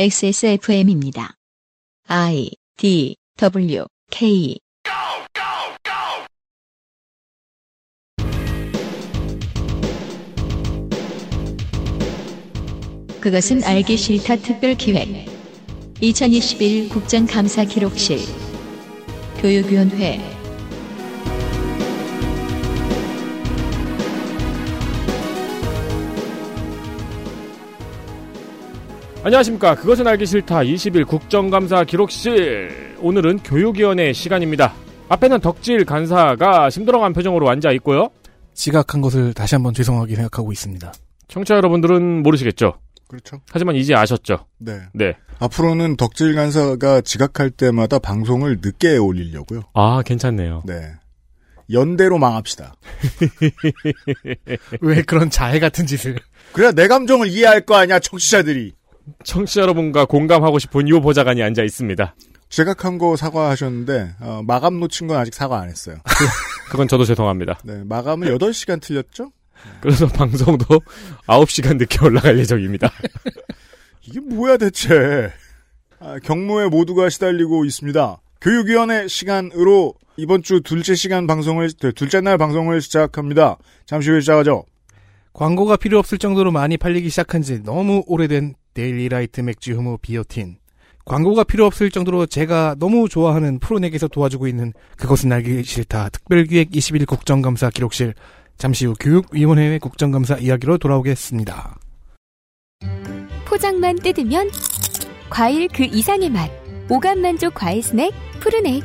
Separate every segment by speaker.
Speaker 1: XSFM입니다. I D W K 그것은 알기 싫다 특별 기획 2021 국정감사 기록실 교육위원회
Speaker 2: 안녕하십니까. 그것은 알기 싫다. 20일 국정감사 기록실. 오늘은 교육위원회 시간입니다. 앞에는 덕질 간사가 심드렁한 표정으로 앉아 있고요.
Speaker 3: 지각한 것을 다시 한번 죄송하게 생각하고 있습니다.
Speaker 2: 청취자 여러분들은 모르시겠죠.
Speaker 4: 그렇죠.
Speaker 2: 하지만 이제 아셨죠.
Speaker 4: 네.
Speaker 2: 네.
Speaker 4: 앞으로는 덕질 간사가 지각할 때마다 방송을 늦게 올리려고요.
Speaker 2: 아, 괜찮네요.
Speaker 4: 네. 연대로 망합시다.
Speaker 3: 왜 그런 자해 같은 짓을?
Speaker 4: 그래야 내 감정을 이해할 거 아니야, 청취자들이.
Speaker 2: 청취자 여러분과 공감하고 싶은 요 보좌관이 앉아 있습니다.
Speaker 4: 지각한 거 사과하셨는데, 어, 마감 놓친 건 아직 사과 안 했어요.
Speaker 2: 그건 저도 죄송합니다.
Speaker 4: 네. 마감을 8시간 틀렸죠?
Speaker 2: 그래서 방송도 9시간 늦게 올라갈 예정입니다.
Speaker 4: 이게 뭐야, 대체. 아, 경무에 모두가 시달리고 있습니다. 교육위원회 시간으로 이번 주 둘째 시간 방송을, 네, 둘째 날 방송을 시작합니다. 잠시 후에 시작하죠.
Speaker 3: 광고가 필요 없을 정도로 많이 팔리기 시작한 지 너무 오래된 데일리라이트 맥주 효모 비오틴. 광고가 필요 없을 정도로 제가 너무 좋아하는 프로넥에서 도와주고 있는 그것은 알기 싫다 특별기획 21 국정감사 기록실 잠시 후 교육위원회의 국정감사 이야기로 돌아오겠습니다.
Speaker 5: 포장만 뜯으면 과일 그 이상의 맛. 오감 만족 과일 스낵 푸르넥.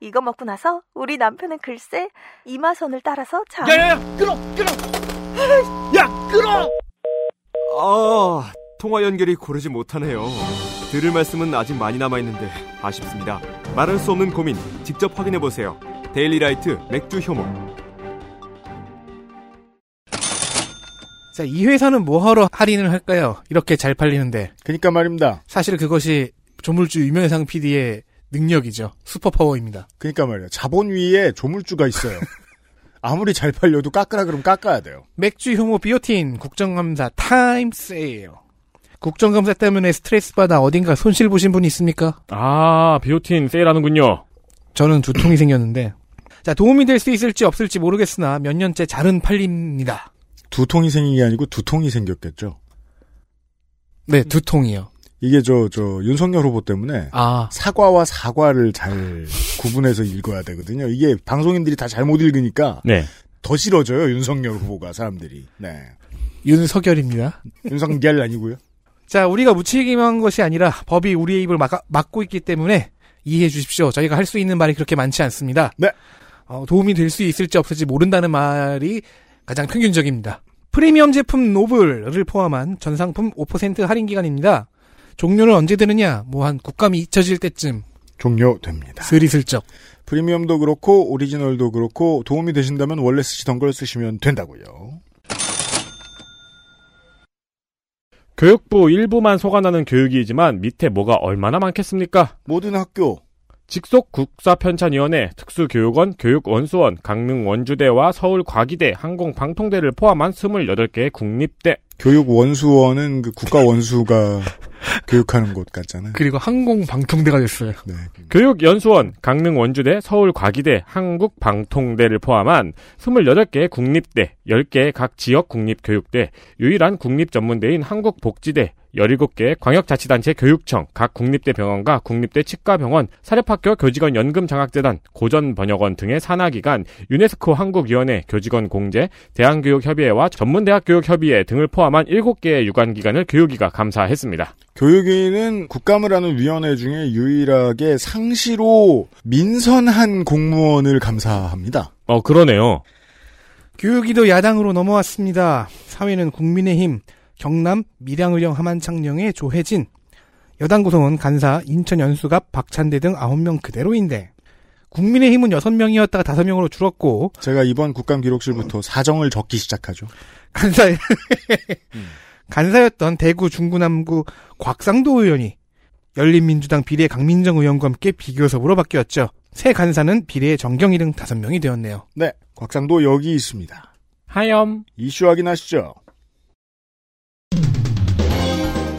Speaker 6: 이거 먹고 나서 우리 남편은 글쎄 이마선을 따라서 자.
Speaker 7: 야야야 끊어 끊어 야 끊어 아 통화 연결이 고르지 못하네요 들을 말씀은 아직 많이 남아있는데 아쉽습니다 말할 수 없는 고민 직접 확인해보세요 데일리라이트 맥주 효모
Speaker 3: 자, 이 회사는 뭐하러 할인을 할까요? 이렇게 잘 팔리는데
Speaker 4: 그니까 그러니까 말입니다.
Speaker 3: 사실 그것이 조물주 유명상 PD의 능력이죠. 슈퍼파워입니다.
Speaker 4: 그러니까 말이야 자본 위에 조물주가 있어요. 아무리 잘 팔려도 깎으라 그러면 깎아야 돼요.
Speaker 3: 맥주 효모 비오틴 국정감사 타임 세일. 국정감사 때문에 스트레스 받아 어딘가 손실 보신 분 있습니까?
Speaker 2: 아, 비오틴 세일하는군요.
Speaker 3: 저는 두통이 생겼는데. 자, 도움이 될 수 있을지 없을지 모르겠으나 몇 년째 잘은 팔립니다.
Speaker 4: 두통이 생긴 게 아니고 두통이 생겼겠죠.
Speaker 3: 네, 두통이요.
Speaker 4: 이게 저, 저, 윤석열 후보 때문에
Speaker 3: 아,
Speaker 4: 사과와 사과를 잘 구분해서 읽어야 되거든요. 이게 방송인들이 다 잘못 읽으니까
Speaker 2: 네.
Speaker 4: 더 싫어져요, 윤석열 후보가, 사람들이. 네.
Speaker 3: 윤석열입니다.
Speaker 4: 윤석열 아니고요.
Speaker 3: 자, 우리가 무책임한 것이 아니라 법이 우리의 입을 막, 막고 있기 때문에 이해해 주십시오. 저희가 할 수 있는 말이 그렇게 많지 않습니다.
Speaker 4: 네.
Speaker 3: 어, 도움이 될 수 있을지 없을지 모른다는 말이 가장 평균적입니다. 프리미엄 제품 노블을 포함한 전 상품 5% 할인 기간입니다. 종료는 언제 되느냐? 뭐 한 국감이 잊혀질 때쯤
Speaker 4: 종료됩니다.
Speaker 3: 슬리슬쩍.
Speaker 4: 프리미엄도 그렇고, 오리지널도 그렇고, 도움이 되신다면 원래 쓰시던 걸 쓰시면 된다고요.
Speaker 2: 교육부 일부만 속아나는 교육이지만 밑에 뭐가 얼마나 많겠습니까?
Speaker 4: 모든 학교,
Speaker 2: 직속 국사편찬위원회, 특수교육원, 교육원수원, 강릉원주대와 서울과기대, 항공방통대를 포함한 28개의 국립대.
Speaker 4: 교육원수원은 그 국가원수가 교육하는 곳 같잖아요.
Speaker 3: 그리고 항공방통대가 됐어요.
Speaker 4: 네.
Speaker 2: 교육연수원, 강릉원주대, 서울과기대, 한국방통대를 포함한 28개의 국립대, 10개의 각 지역 국립교육대, 유일한 국립전문대인 한국복지대, 17개의 광역자치단체 교육청, 각 국립대 병원과 국립대 치과병원, 사립학교 교직원 연금장학재단, 고전번역원 등의 산하기관, 유네스코 한국위원회, 교직원 공제, 대한교육협의회와 전문대학교육협의회 등을 포함한 7개의 유관기관을 교육위가 감사했습니다.
Speaker 4: 교육위는 국감을 하는 위원회 중에 유일하게 상시로 민선한 공무원을 감사합니다.
Speaker 2: 어, 그러네요.
Speaker 3: 교육이도 야당으로 넘어왔습니다. 사회는 국민의힘, 경남 밀양의령 함안창령의 조혜진, 여당 구성원 간사 인천연수갑 박찬대 등 9명 그대로인데 국민의힘은 6명이었다가 5명으로 줄었고
Speaker 4: 제가 이번 국감 기록실부터 사정을 적기 시작하죠.
Speaker 3: 간사 간사였던 대구 중구남구 곽상도 의원이 열린민주당 비례 강민정 의원과 함께 비교섭으로 바뀌었죠. 새 간사는 비례 정경희 등 5명이 되었네요.
Speaker 4: 네, 곽상도 여기 있습니다.
Speaker 2: 하염.
Speaker 4: 이슈 확인하시죠.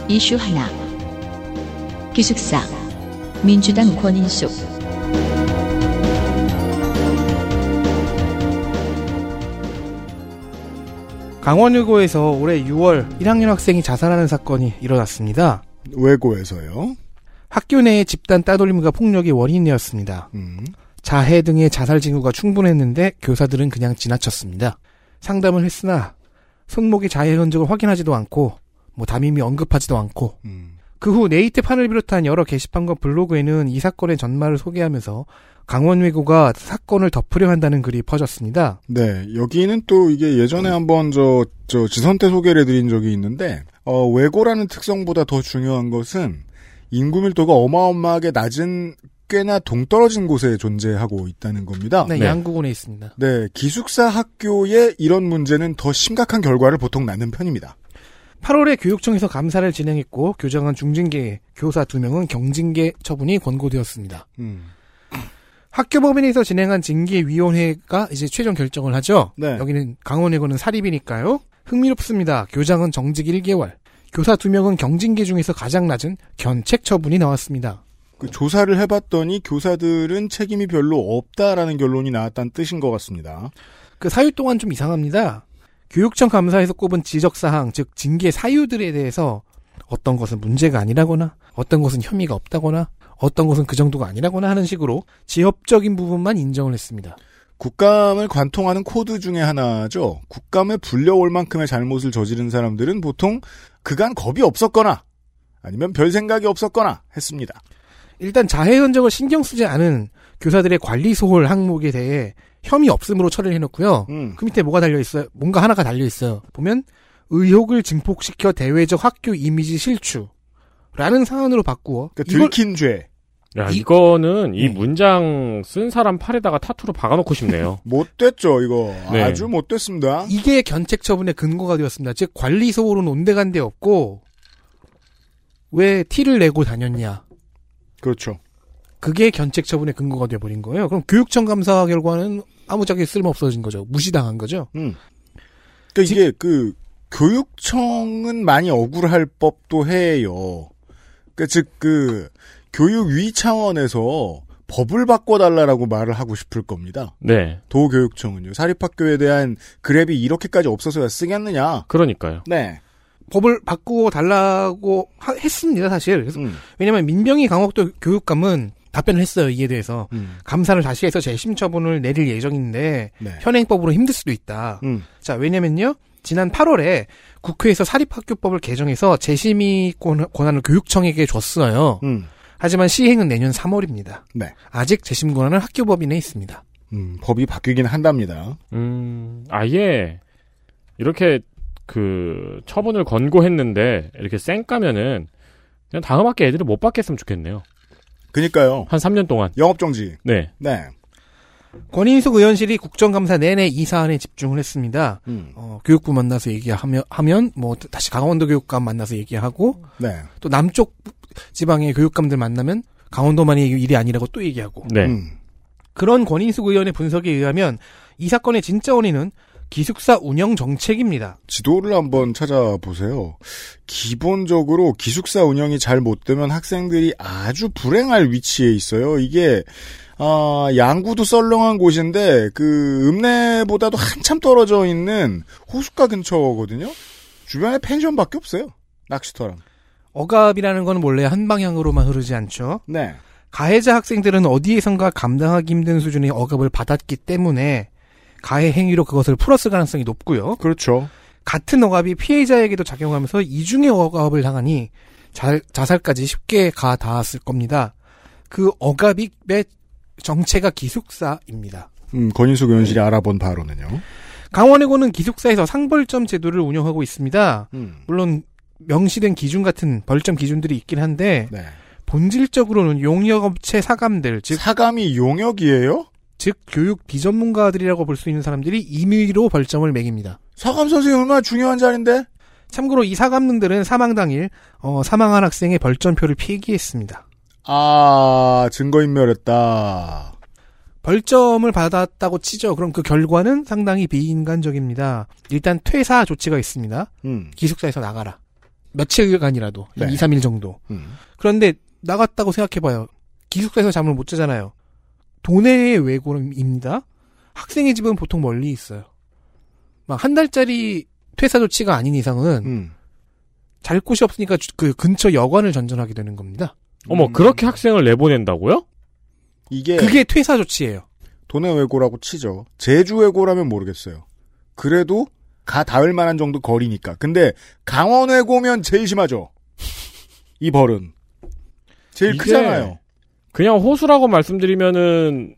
Speaker 1: 이슈 하나. 기숙사. 민주당 권인숙.
Speaker 3: 강원여고에서 올해 6월 1학년 학생이 자살하는 사건이 일어났습니다.
Speaker 4: 외고에서요.
Speaker 3: 학교 내의 집단 따돌림과 폭력이 원인이었습니다.
Speaker 4: 음.
Speaker 3: 자해 등의 자살 징후가 충분했는데 교사들은 그냥 지나쳤습니다. 상담을 했으나 손목의 자해 흔적을 확인하지도 않고 뭐 담임이 언급하지도 않고
Speaker 4: 음.
Speaker 3: 그 후 네이트판을 비롯한 여러 게시판과 블로그에는 이 사건의 전말을 소개하면서 강원외고가 사건을 덮으려 한다는 글이 퍼졌습니다.
Speaker 4: 네, 여기는 또 이게 예전에 한번 저, 저 지선 때 소개를 해드린 적이 있는데, 어, 외고라는 특성보다 더 중요한 것은 인구 밀도가 어마어마하게 낮은 꽤나 동떨어진 곳에 존재하고 있다는 겁니다.
Speaker 3: 네,
Speaker 2: 네.
Speaker 3: 양구군에 있습니다.
Speaker 4: 네, 기숙사 학교의 이런 문제는 더 심각한 결과를 보통 낳는 편입니다.
Speaker 3: 8월에 교육청에서 감사를 진행했고 교장은 중징계, 교사 2명은 경징계 처분이 권고되었습니다.
Speaker 4: 음.
Speaker 3: 학교법인에서 진행한 징계위원회가 이제 최종 결정을 하죠.
Speaker 4: 네.
Speaker 3: 여기는 강원외고는 사립이니까요. 흥미롭습니다. 교장은 정직 1개월, 교사 2명은 경징계 중에서 가장 낮은 견책 처분이 나왔습니다.
Speaker 4: 그 조사를 해봤더니 교사들은 책임이 별로 없다라는 결론이 나왔다는 뜻인 것 같습니다.
Speaker 3: 그 사유 동안 좀 이상합니다. 교육청 감사에서 꼽은 지적사항, 즉 징계 사유들에 대해서 어떤 것은 문제가 아니라거나 어떤 것은 혐의가 없다거나 어떤 것은 그 정도가 아니라거나 하는 식으로 지엽적인 부분만 인정을 했습니다.
Speaker 4: 국감을 관통하는 코드 중에 하나죠. 국감에 불려올 만큼의 잘못을 저지른 사람들은 보통 그간 겁이 없었거나 아니면 별 생각이 없었거나 했습니다.
Speaker 3: 일단 자해 흔적을 신경 쓰지 않은 교사들의 관리 소홀 항목에 대해 혐의 없음으로 처리를 해놓고요.
Speaker 4: 음.
Speaker 3: 그 밑에 뭐가 달려 있어요? 뭔가 하나가 달려 있어요. 보면 의혹을 증폭시켜 대외적 학교 이미지 실추라는 사안으로 바꾸어
Speaker 4: 그러니까
Speaker 3: 이걸
Speaker 4: 들킨 죄,
Speaker 2: 야,
Speaker 3: 이-
Speaker 2: 이거는 이
Speaker 3: 네.
Speaker 2: 문장 쓴 사람 팔에다가 타투로 박아놓고 싶네요.
Speaker 4: 못됐죠 이거.
Speaker 2: 네.
Speaker 4: 아주 못됐습니다.
Speaker 3: 이게 견책 처분의 근거가 되었습니다. 즉 관리 소홀은 온데간데 없고 왜 티를 내고 다녔냐.
Speaker 4: 그렇죠.
Speaker 3: 그게 견책 처분의 근거가 돼버린 거예요. 그럼 교육청 감사 결과는 아무짝에 쓸모없어진 거죠. 무시당한 거죠.
Speaker 4: 음. 그러니까 이게 그 교육청은 많이 억울할 법도 해요. 그러니까 즉그 교육위 차원에서 법을 바꿔달라라고 말을 하고 싶을 겁니다.
Speaker 2: 네,
Speaker 4: 도교육청은요. 사립학교에 대한 그랩이 이렇게까지 없어서야 쓰겠느냐.
Speaker 2: 그러니까요.
Speaker 4: 네.
Speaker 3: 법을 바꾸어 달라고 하- 했습니다. 사실. 그래서
Speaker 4: 음.
Speaker 3: 왜냐면 민병희 강옥도 교육감은 답변을 했어요. 이에 대해서.
Speaker 4: 음.
Speaker 3: 감사를 다시 해서 재심 처분을 내릴 예정인데
Speaker 4: 네.
Speaker 3: 현행법으로 힘들 수도 있다.
Speaker 4: 음.
Speaker 3: 자, 왜냐면요. 지난 8월에 국회에서 사립학교법을 개정해서 재심의 권- 권한을 교육청에게 줬어요.
Speaker 4: 음.
Speaker 3: 하지만 시행은 내년 3월입니다.
Speaker 4: 네.
Speaker 3: 아직 재심 권한은 학교법인에 있습니다.
Speaker 4: 음, 법이 바뀌긴 한답니다.
Speaker 2: 음, 아예 이렇게 그 처분을 권고했는데 이렇게 쌩 까면은 그냥 다음 학기 애들을 못 받겠으면 좋겠네요.
Speaker 4: 그니까요.
Speaker 2: 한 3년 동안.
Speaker 4: 영업정지.
Speaker 2: 네.
Speaker 4: 네.
Speaker 3: 권인숙 의원실이 국정감사 내내 이 사안에 집중을 했습니다.
Speaker 4: 음.
Speaker 3: 어, 교육부 만나서 얘기하면 하면 뭐 다시 강원도 교육감 만나서 얘기하고
Speaker 4: 네.
Speaker 3: 또 남쪽 지방의 교육감들 만나면 강원도만의 일이 아니라고 또 얘기하고
Speaker 2: 네.
Speaker 4: 음.
Speaker 3: 그런 권인숙 의원의 분석에 의하면 이 사건의 진짜 원인은 기숙사 운영 정책입니다.
Speaker 4: 지도를 한번 찾아보세요. 기본적으로 기숙사 운영이 잘 못되면 학생들이 아주 불행할 위치에 있어요. 이게 아, 양구도 썰렁한 곳인데 그 읍내보다도 한참 떨어져 있는 호숫가 근처거든요. 주변에 펜션밖에 없어요. 낚시터랑.
Speaker 3: 억압이라는 건 원래 한 방향으로만 흐르지 않죠.
Speaker 4: 네.
Speaker 3: 가해자 학생들은 어디에선가 감당하기 힘든 수준의 억압을 받았기 때문에 가해 행위로 그것을 풀었을 가능성이 높고요.
Speaker 4: 그렇죠.
Speaker 3: 같은 억압이 피해자에게도 작용하면서 이중의 억압을 당하니 자, 자살까지 쉽게 가 닿았을 겁니다. 그 억압의 정체가 기숙사입니다.
Speaker 4: 음, 권인숙 의원실이 알아본 바로는요.
Speaker 3: 강원해고는 기숙사에서 상벌점 제도를 운영하고 있습니다.
Speaker 4: 음.
Speaker 3: 물론 명시된 기준 같은 벌점 기준들이 있긴 한데
Speaker 4: 네.
Speaker 3: 본질적으로는 용역업체 사감들 즉
Speaker 4: 사감이 용역이에요?
Speaker 3: 즉 교육 비전문가들이라고 볼 수 있는 사람들이 임의로 벌점을 매깁니다.
Speaker 4: 사감 선생님 얼마나 중요한 자리인데?
Speaker 3: 참고로 이 사감능들은 사망 당일 어, 사망한 학생의 벌점표를 폐기했습니다.
Speaker 4: 아, 증거인멸했다.
Speaker 3: 벌점을 받았다고 치죠. 그럼 그 결과는 상당히 비인간적입니다. 일단 퇴사 조치가 있습니다.
Speaker 4: 음.
Speaker 3: 기숙사에서 나가라. 며칠간이라도 한
Speaker 4: 네.
Speaker 3: 2, 3일 정도.
Speaker 4: 음.
Speaker 3: 그런데 나갔다고 생각해봐요. 기숙사에서 잠을 못 자잖아요. 도내의 외고입니다. 학생의 집은 보통 멀리 있어요. 막 한 달짜리 퇴사 조치가 아닌 이상은
Speaker 4: 음.
Speaker 3: 잘 곳이 없으니까 주- 그 근처 여관을 전전하게 되는 겁니다.
Speaker 2: 어머, 그렇게 학생을 내보낸다고요?
Speaker 4: 이게
Speaker 3: 그게 퇴사 조치예요.
Speaker 4: 돈의 외고라고 치죠. 제주 외고라면 모르겠어요. 그래도 가 닿을 만한 정도 거리니까. 근데 강원 외고면 제일 심하죠. 이 벌은 제일
Speaker 2: 이게
Speaker 4: 크잖아요.
Speaker 2: 그냥 호수라고 말씀드리면은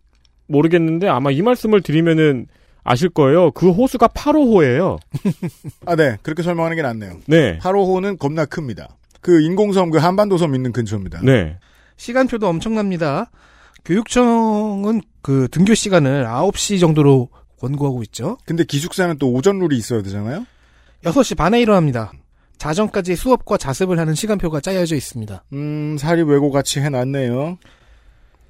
Speaker 2: 모르겠는데 아마 이 말씀을 드리면은 아실 거예요. 그 호수가 8호호예요.
Speaker 4: 아, 네. 그렇게 설명하는 게 낫네요.
Speaker 2: 네.
Speaker 4: 8호호는 겁나 큽니다. 그 인공섬, 그 한반도섬 있는 근처입니다.
Speaker 2: 네.
Speaker 3: 시간표도 엄청납니다. 교육청은 그 등교 시간을 9시 정도로 권고하고 있죠.
Speaker 4: 근데 기숙사는 또 오전 룰이 있어야 되잖아요?
Speaker 3: 6시 반에 일어납니다. 자정까지 수업과 자습을 하는 시간표가 짜여져 있습니다.
Speaker 4: 음, 사립 외고 같이 해놨네요.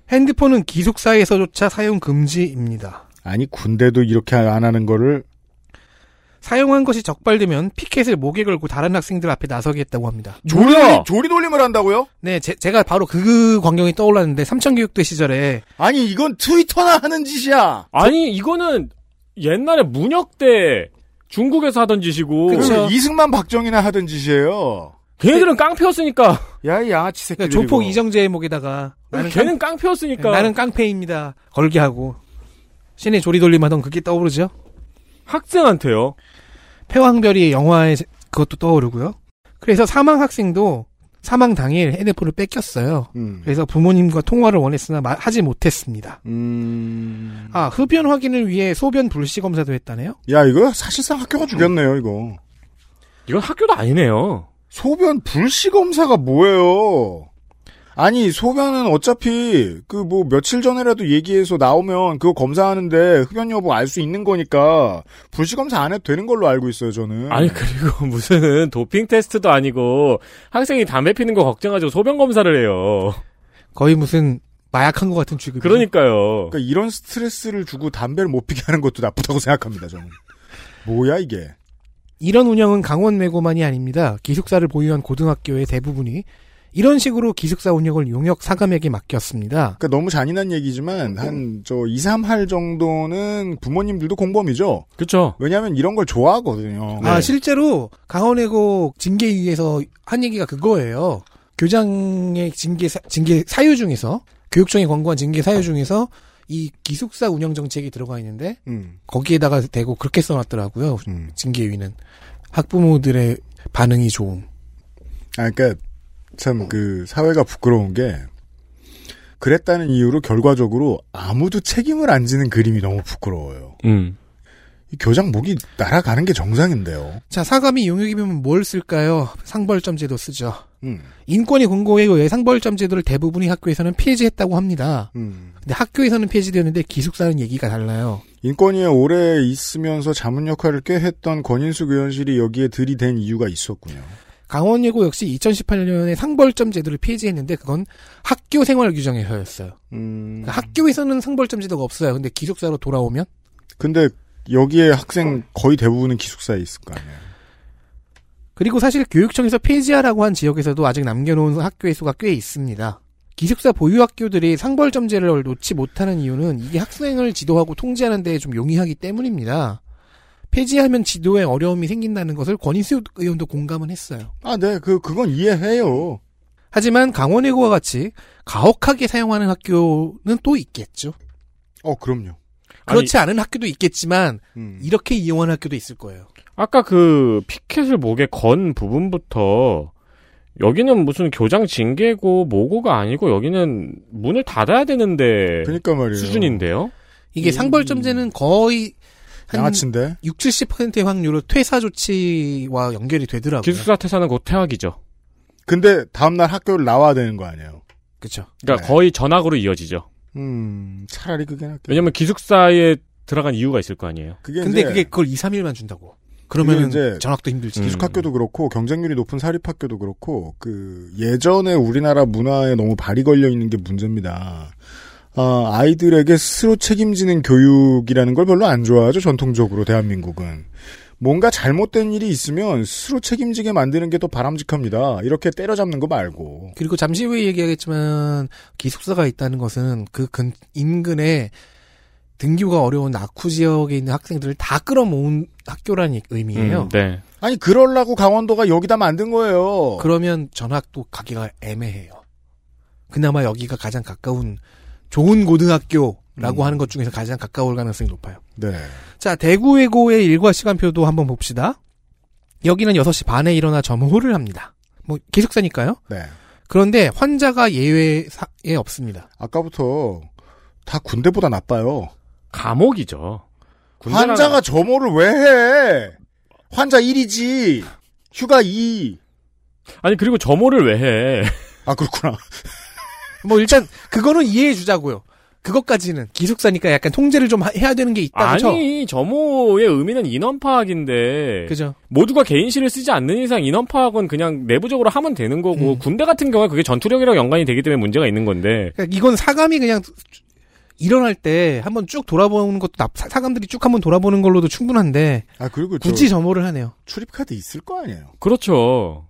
Speaker 3: 핸드폰은 기숙사에서조차 사용 금지입니다.
Speaker 4: 아니, 군대도 이렇게 안 하는 거를,
Speaker 3: 사용한 것이 적발되면 피켓을 목에 걸고 다른 학생들 앞에 나서겠다고 합니다.
Speaker 2: 뭐야?
Speaker 4: 조리 돌림을 한다고요?
Speaker 3: 네, 제, 제가 바로 그 광경이 떠올랐는데 삼천교육대 시절에
Speaker 4: 아니, 이건 트위터나 하는 짓이야!
Speaker 2: 아니 이거는 옛날에 문혁 때 중국에서 하던 짓이고
Speaker 3: 그쵸.
Speaker 4: 그리고 이승만 박정희나 하던 짓이에요.
Speaker 2: 걔네들은 깡패였으니까
Speaker 4: 야, 이 뭐. 양아치
Speaker 3: 그러니까
Speaker 4: 새끼들.
Speaker 3: 조폭 이정재의 목에다가 나는
Speaker 2: 걔는 그러니까. 깡패였으니까
Speaker 3: 나는 깡패입니다. 걸게 하고 신의 조리돌림하던 그게 떠오르죠.
Speaker 2: 학생한테요.
Speaker 3: 패왕별이 영화에 제- 그것도 떠오르고요. 그래서 사망 학생도 사망 당일 핸드폰을 뺏겼어요.
Speaker 4: 음.
Speaker 3: 그래서 부모님과 통화를 원했으나 마- 하지 못했습니다.
Speaker 4: 음.
Speaker 3: 아 흡연 확인을 위해 소변 불시 검사도 했다네요.
Speaker 4: 야, 이거 사실상 학교가 죽였네요, 이거.
Speaker 2: 이건 학교도 아니네요.
Speaker 4: 소변 불시 검사가 뭐예요? 아니, 소변은 어차피 그 뭐 며칠 전에라도 얘기해서 나오면 그거 검사하는데 흡연 여부 알 수 있는 거니까 불시 검사 안 해도 되는 걸로 알고 있어요,
Speaker 3: 음.
Speaker 4: 저는.
Speaker 2: 아니 그리고 무슨 도핑 테스트도 아니고 학생이 담배 피는 거 걱정하죠 소변 검사를 해요.
Speaker 3: 거의 무슨 마약한 것 같은 취급.
Speaker 2: 그러니까요.
Speaker 4: 그러니까 이런 스트레스를 주고 담배를 못 피게 하는 것도 나쁘다고 생각합니다, 저는. 뭐야, 이게.
Speaker 3: 이런 운영은 강원 외고만이 아닙니다. 기숙사를 보유한 고등학교의 대부분이 이런 식으로 기숙사 운영을 용역 사감에게 맡겼습니다.
Speaker 4: 그러니까 너무 잔인한 얘기지만 한 저 2, 3할 정도는 부모님들도 공범이죠.
Speaker 2: 그렇죠.
Speaker 4: 왜냐하면 이런 걸 좋아하거든요. 네.
Speaker 3: 아, 실제로 강원외고 징계위에서 한 얘기가 그거예요. 교장의 징계, 사, 징계 사유 중에서, 교육청이 권고한 징계 사유 중에서 이 기숙사 운영 정책이 들어가 있는데,
Speaker 4: 음,
Speaker 3: 거기에다가 대고 그렇게 써놨더라고요.
Speaker 4: 음.
Speaker 3: 징계위는. 학부모들의 반응이 좋음.
Speaker 4: 아, 그러니까 참 그 사회가 부끄러운 게 그랬다는 이유로 결과적으로 아무도 책임을 안 지는 그림이 너무 부끄러워요.
Speaker 2: 음.
Speaker 4: 이 교장 목이 날아가는 게 정상인데요.
Speaker 3: 자, 사감이 용역이면 뭘 쓸까요? 상벌점제도 쓰죠.
Speaker 4: 음,
Speaker 3: 인권위 공고에 의해 상벌점제도를 대부분의 학교에서는 폐지했다고 합니다.
Speaker 4: 음.
Speaker 3: 근데 학교에서는 폐지되었는데 기숙사는 얘기가 달라요.
Speaker 4: 인권위에 오래 있으면서 자문 역할을 꽤 했던 권인숙 의원실이 여기에 들이댄 이유가 있었군요.
Speaker 3: 강원예고 역시 2018년에 상벌점 제도를 폐지했는데 그건 학교 생활 규정에서였어요.
Speaker 4: 음,
Speaker 3: 그러니까 학교에서는 상벌점 제도가 없어요. 근데 기숙사로 돌아오면
Speaker 4: 근데 여기에 학생 거의 대부분은 기숙사에 있을 거 아니에요.
Speaker 3: 그리고 사실 교육청에서 폐지하라고 한 지역에서도 아직 남겨놓은 학교의 수가 꽤 있습니다. 기숙사 보유 학교들이 상벌점제를 놓지 못하는 이유는 이게 학생을 지도하고 통제하는 데 좀 용이하기 때문입니다. 폐지하면 지도에 어려움이 생긴다는 것을 권인수 의원도 공감은 했어요.
Speaker 4: 아, 네, 그 그건 이해해요.
Speaker 3: 하지만 강원예고와 같이 가혹하게 사용하는 학교는 또 있겠죠.
Speaker 4: 어, 그럼요.
Speaker 3: 그렇지 않은 학교도 있겠지만
Speaker 4: 음.
Speaker 3: 이렇게 이용하는 학교도 있을 거예요.
Speaker 2: 아까 그 피켓을 목에 건 부분부터 여기는 무슨 교장 징계고 뭐고가 아니고 여기는 문을 닫아야 되는데
Speaker 4: 그러니까 말이에요.
Speaker 2: 수준인데요.
Speaker 3: 이게
Speaker 4: 음.
Speaker 3: 상벌점제는 거의 한
Speaker 4: 양아친데.
Speaker 3: 6, 70%의 확률로 퇴사 조치와 연결이 되더라고요.
Speaker 2: 기숙사 퇴사는 곧 퇴학이죠.
Speaker 4: 근데 다음 날 학교를 나와야 되는 거 아니에요.
Speaker 3: 그렇죠.
Speaker 2: 그러니까
Speaker 4: 네.
Speaker 2: 거의 전학으로 이어지죠.
Speaker 4: 음, 차라리 그게 낫겠.
Speaker 2: 왜냐면 기숙사에 들어간 이유가 있을 거 아니에요.
Speaker 4: 그게
Speaker 3: 근데
Speaker 4: 이제
Speaker 3: 그게 그걸 2, 3일만 준다고. 그러면
Speaker 4: 이제
Speaker 3: 전학도 힘들지.
Speaker 2: 음.
Speaker 4: 기숙학교도 그렇고 경쟁률이 높은 사립학교도 그렇고 그 예전에 우리나라 문화에 너무 발이 걸려 있는 게 문제입니다. 아, 아이들에게 스스로 책임지는 교육이라는 걸 별로 안 좋아하죠 전통적으로 대한민국은 뭔가 잘못된 일이 있으면 스스로 책임지게 만드는 게 더 바람직합니다. 이렇게 때려잡는 거 말고.
Speaker 3: 그리고 잠시 후에 얘기하겠지만 기숙사가 있다는 것은 그 근, 인근에 등교가 어려운 낙후 지역에 있는 학생들을 다 끌어모은 학교라는 의미예요.
Speaker 2: 음, 네.
Speaker 4: 아니 그럴라고 강원도가 여기다 만든
Speaker 2: 어.
Speaker 4: 거예요.
Speaker 3: 그러면 전학도 가기가 애매해요. 그나마 여기가 가장 가까운 좋은 고등학교라고
Speaker 4: 음.
Speaker 3: 하는 것 중에서 가장 가까울 가능성이 높아요.
Speaker 4: 네.
Speaker 3: 자, 대구외고의 일과 시간표도 한번 봅시다. 여기는 6시 반에 일어나 점호를 합니다. 뭐 기숙사니까요.
Speaker 4: 네.
Speaker 3: 그런데 환자가 예외에 없습니다.
Speaker 4: 아까부터 다 군대보다 나빠요.
Speaker 2: 감옥이죠. 군대라는-
Speaker 4: 환자가 점호를 왜 해? 환자 1이지. 휴가 2.
Speaker 2: 아니 그리고 점호를 왜 해?
Speaker 4: 아 그렇구나.
Speaker 3: 뭐 일단 그거는 이해해 주자고요. 그것까지는 기숙사니까 약간 통제를 좀 하- 해야 되는 게 있다 그죠?
Speaker 2: 아니 점호의 의미는 인원 파악인데
Speaker 3: 그죠?
Speaker 2: 모두가 개인실을 쓰지 않는 이상 인원 파악은 그냥 내부적으로 하면 되는 거고
Speaker 3: 음.
Speaker 2: 군대 같은 경우에 그게 전투력이랑 연관이 되기 때문에 문제가 있는 건데
Speaker 3: 그러니까 이건 사감이 그냥 일어날 때 한번 쭉 돌아보는 것도 나- 사- 사감들이 쭉 한번 돌아보는 걸로도 충분한데
Speaker 4: 아 그리고 저
Speaker 3: 굳이 점호를 하네요.
Speaker 4: 출입 카드 있을 거 아니에요.
Speaker 2: 그렇죠.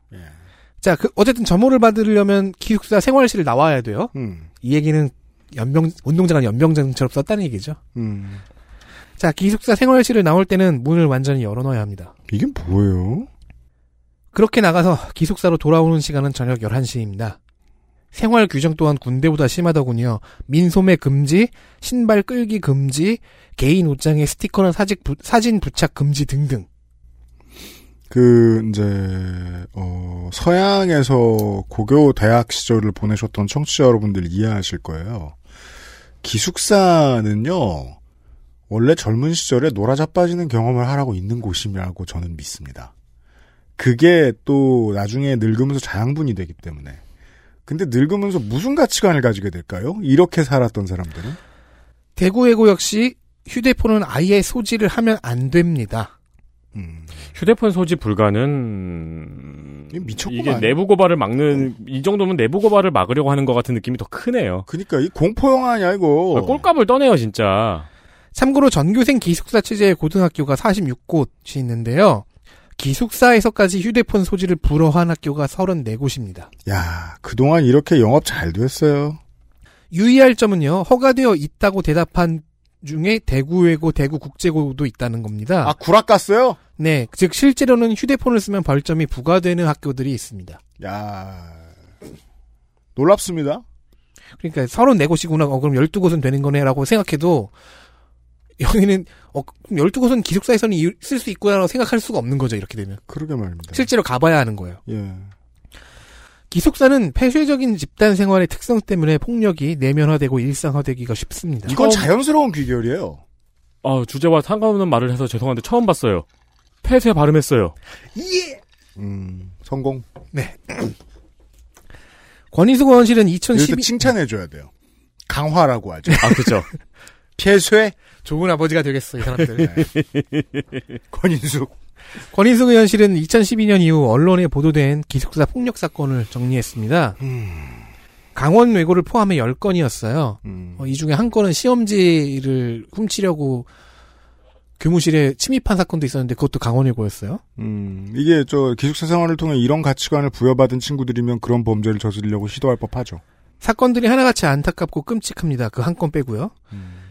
Speaker 3: 자, 그 어쨌든 점호를 받으려면 기숙사 생활실을 나와야 돼요.
Speaker 4: 음.
Speaker 3: 이 얘기는 연병 운동장을 연병장처럼 썼다는 얘기죠.
Speaker 4: 음.
Speaker 3: 자, 기숙사 생활실을 나올 때는 문을 완전히 열어놔야 합니다.
Speaker 4: 이게 뭐예요?
Speaker 3: 그렇게 나가서 기숙사로 돌아오는 시간은 저녁 11시입니다. 생활 규정 또한 군대보다 심하더군요. 민소매 금지, 신발 끌기 금지, 개인 옷장에 스티커나 사직 부- 사진 부착 금지 등등.
Speaker 4: 그 이제 어, 서양에서 고교 대학 시절을 보내셨던 청취자 여러분들 이해하실 거예요. 기숙사는요. 원래 젊은 시절에 놀아 자빠지는 경험을 하라고 있는 곳이라고 저는 믿습니다. 그게 또 나중에 늙으면서 자양분이 되기 때문에. 근데 늙으면서 무슨 가치관을 가지게 될까요? 이렇게 살았던 사람들은?
Speaker 3: 대구예고 역시 휴대폰은 아예 소지를 하면 안 됩니다.
Speaker 4: 음.
Speaker 2: 휴대폰 소지 불가는
Speaker 4: 이거 미쳤구만.
Speaker 2: 이게 내부 고발을 막는 이 정도면 내부 고발을 막으려고 하는 것 같은 느낌이 더 크네요.
Speaker 4: 그니까 이 공포 영화 아니야 이거.
Speaker 2: 아, 꼴값을 떠내요 진짜.
Speaker 3: 참고로 전교생 기숙사 체제의 고등학교가 46곳이 있는데요. 기숙사에서까지 휴대폰 소지를 불허한 학교가 34곳입니다.
Speaker 4: 야, 그동안 이렇게 영업 잘 됐어요.
Speaker 3: 유의할 점은요, 허가되어 있다고 대답한 중에 대구외고, 대구국제고도 있다는 겁니다.
Speaker 4: 아, 구락 갔어요?
Speaker 3: 네, 즉 실제로는 휴대폰을 쓰면 벌점이 부과되는 학교들이 있습니다.
Speaker 4: 야 놀랍습니다.
Speaker 3: 그러니까 34곳이구나, 어, 그럼 12곳은 되는 거네라고 생각해도 여기는 어, 그럼 12곳은 기숙사에서는 쓸 수 있구나라고 생각할 수가 없는 거죠, 이렇게 되면.
Speaker 4: 그러게 말입니다.
Speaker 3: 실제로 가봐야 하는 거예요.
Speaker 4: 예.
Speaker 3: 기숙사는 폐쇄적인 집단 생활의 특성 때문에 폭력이 내면화되고 일상화되기가 쉽습니다.
Speaker 4: 이건 자연스러운 귀결이에요.
Speaker 2: 아, 주제와 상관없는 말을 해서 죄송한데 처음 봤어요. 폐쇄 발음했어요.
Speaker 4: 음, 성공.
Speaker 3: 권희숙 의원실은
Speaker 4: 이럴
Speaker 3: 2012
Speaker 4: 때 칭찬해줘야 돼요. 강화라고 하죠.
Speaker 2: 아, 그죠.
Speaker 4: 폐쇄,
Speaker 3: 좋은 아버지가 되겠어, 이 사람들.
Speaker 4: 권인숙.
Speaker 3: 권인숙 의원실은 2012년 이후 언론에 보도된 기숙사 폭력 사건을 정리했습니다. 강원 외고를 포함해 10건이었어요.
Speaker 4: 음.
Speaker 3: 이 중에 한 건은 시험지를 훔치려고 교무실에 침입한 사건도 있었는데 그것도 강원 외고였어요.
Speaker 4: 음, 이게 저 기숙사 생활을 통해 이런 가치관을 부여받은 친구들이면 그런 범죄를 저지르려고 시도할 법하죠.
Speaker 3: 사건들이 하나같이 안타깝고 끔찍합니다. 그 한 건 빼고요.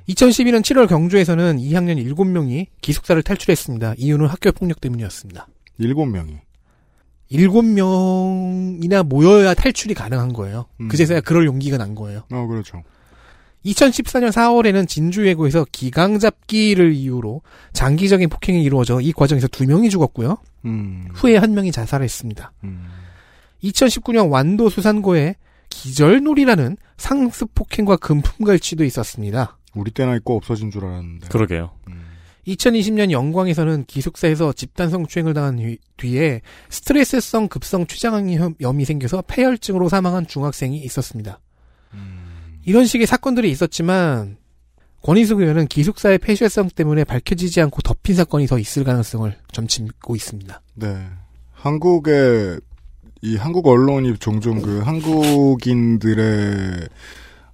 Speaker 3: 2012년 7월 경주에서는 2학년 7명이 기숙사를 탈출했습니다. 이유는 학교 폭력 때문이었습니다.
Speaker 4: 일곱 명이.
Speaker 3: 7명이나 모여야 탈출이 가능한 거예요.
Speaker 4: 음.
Speaker 3: 그제서야 그럴 용기가 난 거예요.
Speaker 4: 어, 그렇죠.
Speaker 3: 2014년 4월에는 진주예고에서 기강잡기를 이유로 장기적인 폭행이 이루어져 이 과정에서 두 명이 죽었고요.
Speaker 4: 음.
Speaker 3: 후에 한 명이 자살했습니다.
Speaker 4: 음.
Speaker 3: 2019년 완도 수산고에 기절놀이라는 상습 폭행과 금품갈취도 있었습니다.
Speaker 4: 우리 때나 있고 없어진 줄 알았는데.
Speaker 2: 그러게요.
Speaker 4: 음.
Speaker 3: 2020년 영광에서는 기숙사에서 집단 성추행을 당한 뒤- 뒤에 스트레스성 급성 췌장염이 생겨서 폐혈증으로 사망한 중학생이 있었습니다. 이런 식의 사건들이 있었지만 권희숙 의원은 기숙사의 폐쇄성 때문에 밝혀지지 않고 덮인 사건이 더 있을 가능성을 점치고 있습니다.
Speaker 4: 네. 한국의 이 한국 언론이 종종 그 한국인들의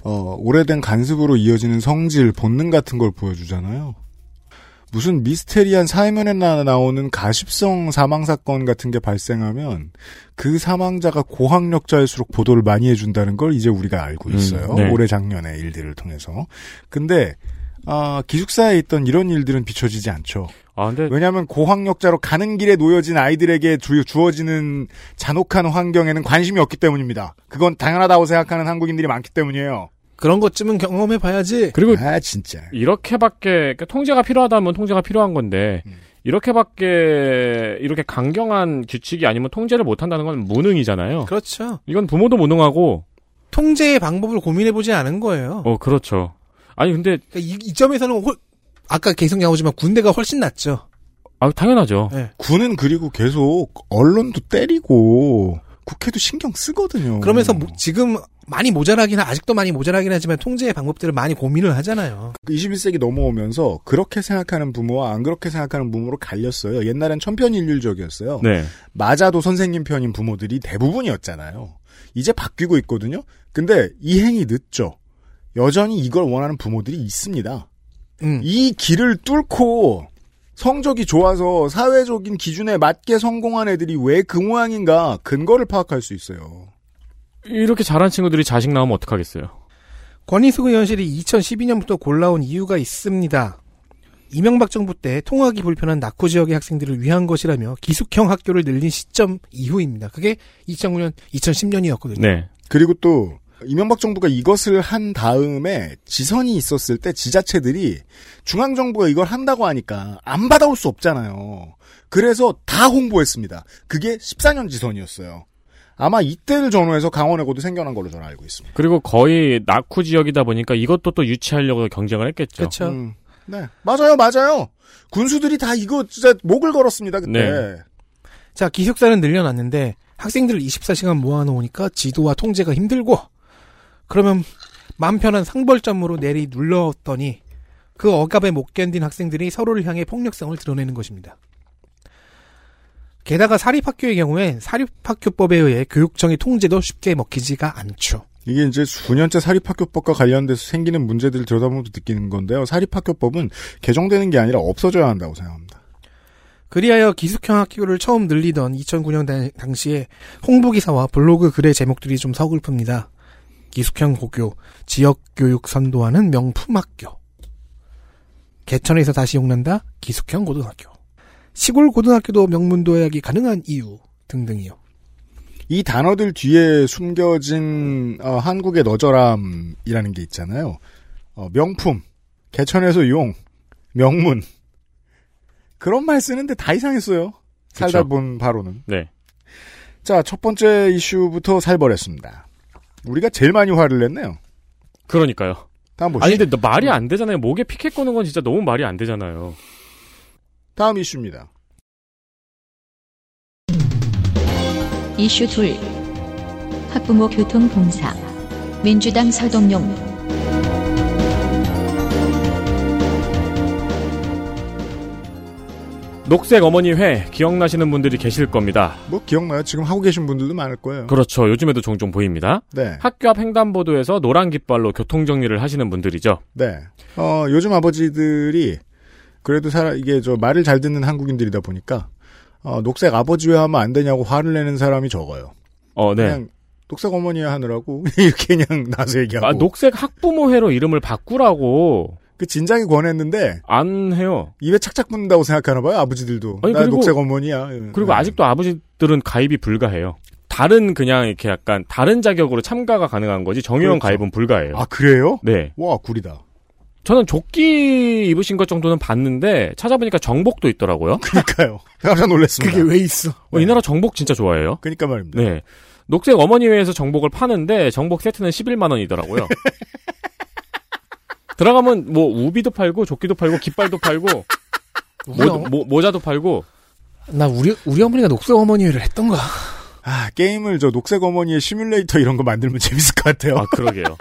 Speaker 4: 어, 오래된 간습으로 이어지는 성질, 본능 같은 걸 보여주잖아요. 무슨 미스테리한 사회면에 나- 나오는 가십성 사망 사건 같은 게 발생하면 그 사망자가 고학력자일수록 보도를 많이 해준다는 걸 이제 우리가 알고
Speaker 2: 음,
Speaker 4: 있어요.
Speaker 2: 네.
Speaker 4: 올해 작년의 일들을 통해서. 근데 아, 기숙사에 있던 이런 일들은 비춰지지 않죠.
Speaker 2: 아, 근데
Speaker 4: 왜냐하면 고학력자로 가는 길에 놓여진 아이들에게 주, 주어지는 잔혹한 환경에는 관심이 없기 때문입니다. 그건 당연하다고 생각하는 한국인들이 많기 때문이에요.
Speaker 3: 그런 것쯤은 경험해 봐야지.
Speaker 2: 그리고
Speaker 4: 아 진짜.
Speaker 2: 이렇게밖에 그러니까 통제가 필요하다면 통제가 필요한 건데
Speaker 4: 음.
Speaker 2: 이렇게밖에 이렇게 강경한 규칙이 아니면 통제를 못 한다는 건 무능이잖아요.
Speaker 3: 그렇죠.
Speaker 2: 이건 부모도 무능하고
Speaker 3: 통제의 방법을 고민해 보지 않은 거예요.
Speaker 2: 어 그렇죠. 아니 근데
Speaker 3: 그러니까 이, 이 점에서는 홀- 아까 계속 나오지만 군대가 훨씬 낫죠.
Speaker 2: 아 당연하죠.
Speaker 4: 군은 그리고 계속 언론도 때리고 국회도 신경 쓰거든요.
Speaker 3: 그러면서 모- 지금 많이 모자라긴 하- 아직도 많이 모자라긴 하지만 통제의 방법들을 많이 고민을 하잖아요.
Speaker 4: 21세기 넘어오면서 그렇게 생각하는 부모와 안 그렇게 생각하는 부모로 갈렸어요. 옛날엔 천편일률적이었어요.
Speaker 2: 네.
Speaker 4: 맞아도 선생님 편인 부모들이 대부분이었잖아요. 이제 바뀌고 있거든요. 근데 이행이 늦죠. 여전히 이걸 원하는 부모들이 있습니다.
Speaker 3: 음.
Speaker 4: 이 길을 뚫고 성적이 좋아서 사회적인 기준에 맞게 성공한 애들이 왜 그 모양인가 근거를 파악할 수 있어요.
Speaker 2: 이렇게 잘한 친구들이 자식 낳으면 어떡하겠어요.
Speaker 3: 권희숙 의원실이 2012년부터 골라온 이유가 있습니다. 이명박 정부 때 통학이 불편한 낙후 지역의 학생들을 위한 것이라며 기숙형 학교를 늘린 시점 이후입니다. 그게 2009년, 2010년이었거든요.
Speaker 2: 네.
Speaker 4: 그리고 또 이명박 정부가 이것을 한 다음에 지선이 있었을 때 지자체들이 중앙 정부가 이걸 한다고 하니까 안 받아올 수 없잖아요. 그래서 다 홍보했습니다. 그게 14년 지선이었어요. 아마 이때를 전후해서 강원에고도 생겨난 걸로 저는 알고 있습니다.
Speaker 2: 그리고 거의 낙후 지역이다 보니까 이것도 또 유치하려고 경쟁을 했겠죠.
Speaker 3: 그렇죠.
Speaker 4: 음, 네, 맞아요, 맞아요. 군수들이 다 이거 진짜 목을 걸었습니다 그때.
Speaker 2: 네.
Speaker 3: 자, 기숙사는 늘려놨는데 학생들을 24시간 모아놓으니까 지도와 통제가 힘들고 그러면 맘 편한 상벌점으로 내리 눌렀더니 그 억압에 못 견딘 학생들이 서로를 향해 폭력성을 드러내는 것입니다. 게다가 사립학교의 경우엔 사립학교법에 의해 교육청의 통제도 쉽게 먹히지가 않죠.
Speaker 4: 이게 이제 수년째 사립학교법과 관련돼서 생기는 문제들을 들여다보면서 느끼는 건데요. 사립학교법은 개정되는 게 아니라 없어져야 한다고 생각합니다.
Speaker 3: 그리하여 기숙형 학교를 처음 늘리던 2009년 당- 당시에 홍보기사와 블로그 글의 제목들이 좀 서글픕니다. 기숙형 고교, 지역교육 선도하는 명품학교. 개천에서 다시 용난다, 기숙형 고등학교. 시골 고등학교도 명문도약이 가능한 이유 등등이요.
Speaker 4: 이 단어들 뒤에 숨겨진 어, 한국의 너저람이라는 게 있잖아요. 어, 명품, 개천에서 용, 명문 그런 말 쓰는데 다 이상했어요. 살다
Speaker 2: 그쵸.
Speaker 4: 본 바로는.
Speaker 2: 네.
Speaker 4: 자, 첫 번째 이슈부터 살벌했습니다. 우리가 제일 많이 화를 냈네요.
Speaker 2: 그러니까요.
Speaker 4: 다음 보시죠.
Speaker 2: 아니 근데 너 말이 안 되잖아요. 목에 피켓 거는 건 진짜 너무 말이 안 되잖아요.
Speaker 4: 다음 이슈입니다.
Speaker 1: 이슈 둘 학부모 교통 봉사 민주당 서동용
Speaker 2: 녹색 어머니 회 기억나시는 분들이 계실 겁니다.
Speaker 4: 뭐 기억나요? 지금 하고 계신 분들도 많을 거예요.
Speaker 2: 그렇죠. 요즘에도 종종 보입니다.
Speaker 4: 네.
Speaker 2: 학교 앞 횡단보도에서 노란 깃발로 교통 정리를 하시는 분들이죠.
Speaker 4: 네. 어, 요즘 아버지들이 그래도 살아 이게 저 말을 잘 듣는 한국인들이다 보니까 어, 녹색 아버지 왜 하면 안 되냐고 화를 내는 사람이 적어요.
Speaker 2: 어, 네.
Speaker 4: 그냥 녹색 어머니 하느라고 이렇게 그냥 나서 얘기하고
Speaker 2: 아, 녹색 학부모회로 이름을 바꾸라고
Speaker 4: 그 진작에 권했는데
Speaker 2: 안 해요.
Speaker 4: 입에 착착 붙는다고 생각하나 봐요 아버지들도
Speaker 2: 아니,
Speaker 4: 나
Speaker 2: 그리고-
Speaker 4: 녹색 어머니야
Speaker 2: 그리고
Speaker 4: 네.
Speaker 2: 아직도 아버지들은 가입이 불가해요. 다른 그냥 이렇게 약간 다른 자격으로 참가가 가능한 거지 정의원
Speaker 4: 그렇죠.
Speaker 2: 가입은 불가해요.
Speaker 4: 아 그래요?
Speaker 2: 네.
Speaker 4: 와 구리다
Speaker 2: 저는 조끼 입으신 것 정도는 봤는데 찾아보니까 정복도 있더라고요.
Speaker 4: 그러니까요 깜짝 놀랐습니다
Speaker 3: 왜 있어?
Speaker 2: 어, 이 나라 정복 진짜 좋아해요.
Speaker 4: 그러니까 말입니다
Speaker 2: 네. 녹색 어머니회에서 정복을 파는데 정복 세트는 11만 원이더라고요. 들어가면 뭐 우비도 팔고 조끼도 팔고 깃발도 팔고
Speaker 3: 뭐,
Speaker 2: 모, 모, 모자도 팔고
Speaker 3: 나 우리 우리 어머니가 녹색 어머니를 했던가?
Speaker 4: 아 게임을 저 녹색 어머니의 시뮬레이터 이런 거 만들면 재밌을 것 같아요
Speaker 2: 아 그러게요.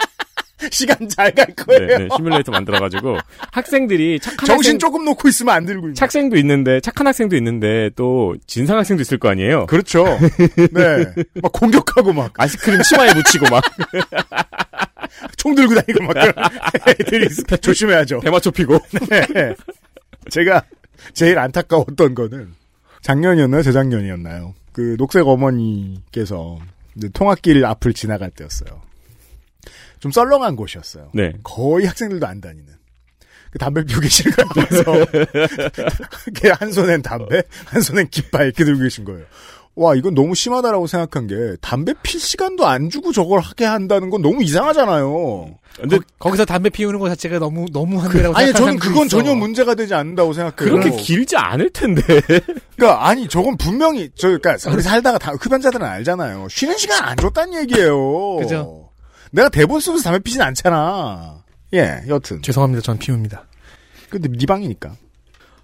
Speaker 4: 시간 잘 갈
Speaker 2: 네,
Speaker 4: 거예요
Speaker 2: 네, 시뮬레이터 만들어가지고 학생들이 착한
Speaker 4: 정신
Speaker 2: 학생,
Speaker 4: 조금 놓고 있으면 안 들고 있는
Speaker 2: 착생도 있는데 착한 학생도 있는데 또 진상 학생도 있을 거 아니에요.
Speaker 4: 그렇죠. 네. 막 공격하고 막,
Speaker 2: 아이스크림 치마에 묻히고 막
Speaker 4: 총 들고 다니고 막, 그런 애들이 있- 조심해야죠.
Speaker 2: 대마초 피고
Speaker 4: 네. 제가 제일 안타까웠던 거는 작년이었나요? 재작년이었나요? 그 녹색 어머니께서 이제 통학길 앞을 지나갈 때였어요. 좀 썰렁한 곳이었어요.
Speaker 2: 네.
Speaker 4: 거의 학생들도 안 다니는. 그 담배 피우고 계시는 거 보면서 걔 한 손엔 담배, 한 손엔 깃발 이렇게 들고 계신 거예요. 와 이건 너무 심하다라고 생각한 게 담배 필 시간도 안 주고 저걸 하게 한다는 건 너무 이상하잖아요. 그,
Speaker 2: 근데
Speaker 3: 거, 기서 담배 피우는 것 자체가 너무 너무 한데라고
Speaker 4: 아니 저는 그건 전혀 문제가 되지 않는다고 생각해요.
Speaker 2: 그렇게 길지 않을 텐데.
Speaker 4: 그러니까 아니 저건 분명히 저 그러니까 우리 살다가 다 흡연자들은 알잖아요. 쉬는 시간 안 줬다는 얘기예요.
Speaker 3: 그죠.
Speaker 4: 내가 대본 쓰면서 담배 피진 않잖아. 예, 여튼.
Speaker 3: 죄송합니다. 전 피웁니다.
Speaker 4: 근데 네 방이니까.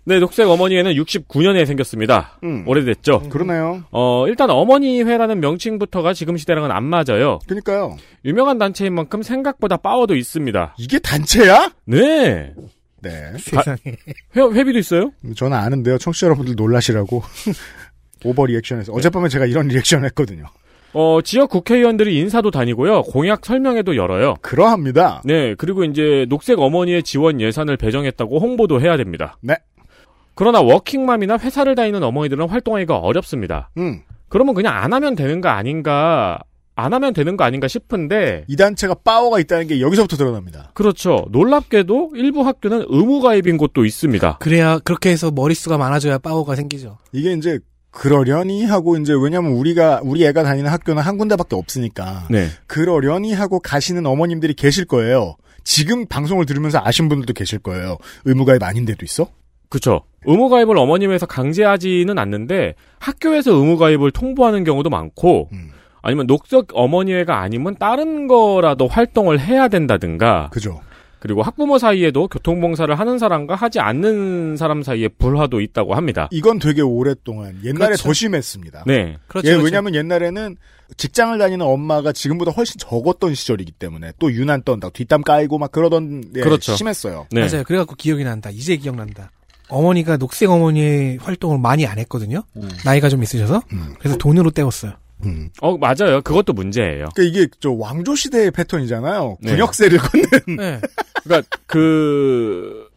Speaker 2: 네, 녹색 어머니회는 69년에 생겼습니다.
Speaker 4: 음.
Speaker 2: 오래됐죠.
Speaker 4: 그러네요.
Speaker 2: 어, 일단 어머니회라는 명칭부터가 지금 시대랑은 안 맞아요.
Speaker 4: 그러니까요.
Speaker 2: 유명한 단체인 만큼 생각보다 파워도 있습니다.
Speaker 4: 이게 단체야?
Speaker 2: 네.
Speaker 4: 네.
Speaker 3: 세상에.
Speaker 2: 회, 회비도 있어요?
Speaker 4: 저는 아는데요. 청취자 여러분들 놀라시라고. 오버 리액션에서 어젯밤에 제가 이런 리액션을 했거든요.
Speaker 2: 어, 지역 국회의원들이 인사도 다니고요. 공약 설명회도 열어요.
Speaker 4: 그러합니다.
Speaker 2: 네, 그리고 이제 녹색 어머니의 지원 예산을 배정했다고 홍보도 해야 됩니다.
Speaker 4: 네.
Speaker 2: 그러나 워킹맘이나 회사를 다니는 어머니들은 활동하기가 어렵습니다.
Speaker 4: 음.
Speaker 2: 그러면 그냥 안 하면 되는 거 아닌가, 안 하면 되는 거 아닌가 싶은데,
Speaker 4: 이 단체가 파워가 있다는 게 여기서부터 드러납니다.
Speaker 2: 그렇죠. 놀랍게도 일부 학교는 의무가입인 곳도 있습니다.
Speaker 3: 그래야 그렇게 해서 머릿수가 많아져야 파워가 생기죠.
Speaker 4: 이게 이제 그러려니 하고 이제 왜냐면 우리가 우리 애가 다니는 학교는 한 군데밖에 없으니까
Speaker 2: 네.
Speaker 4: 그러려니 하고 가시는 어머님들이 계실 거예요. 지금 방송을 들으면서 아신 분들도 계실 거예요. 의무가입 아닌데도 있어?
Speaker 2: 그렇죠. 의무가입을 어머님에서 강제하지는 않는데, 학교에서 의무가입을 통보하는 경우도 많고,
Speaker 4: 음.
Speaker 2: 아니면 녹색 어머니회가 아니면 다른 거라도 활동을 해야 된다든가,
Speaker 4: 그죠.
Speaker 2: 그리고 학부모 사이에도 교통봉사를 하는 사람과 하지 않는 사람 사이에 불화도 있다고 합니다.
Speaker 4: 이건 되게 오랫동안 옛날에
Speaker 3: 그렇죠.
Speaker 4: 더 심했습니다.
Speaker 2: 네.
Speaker 3: 그렇죠.
Speaker 4: 예,
Speaker 3: 그렇죠.
Speaker 4: 왜냐하면 옛날에는 직장을 다니는 엄마가 지금보다 훨씬 적었던 시절이기 때문에 또 유난 떤다, 뒷담 까이고 막 그러던 예,
Speaker 2: 그렇죠.
Speaker 4: 심했어요.
Speaker 2: 네.
Speaker 3: 맞아요. 그래갖고 기억이 난다. 이제 기억난다. 어머니가 녹색 어머니의 활동을 많이 안 했거든요. 나이가 좀 있으셔서.
Speaker 4: 음.
Speaker 3: 그래서 돈으로 때웠어요.
Speaker 4: 음.
Speaker 2: 어, 맞아요. 그것도 문제예요.
Speaker 4: 그러니까 이게 저 왕조 시대의 패턴이잖아요.
Speaker 2: 네.
Speaker 4: 군역세를 걷는
Speaker 3: 네.
Speaker 2: 그러니까 그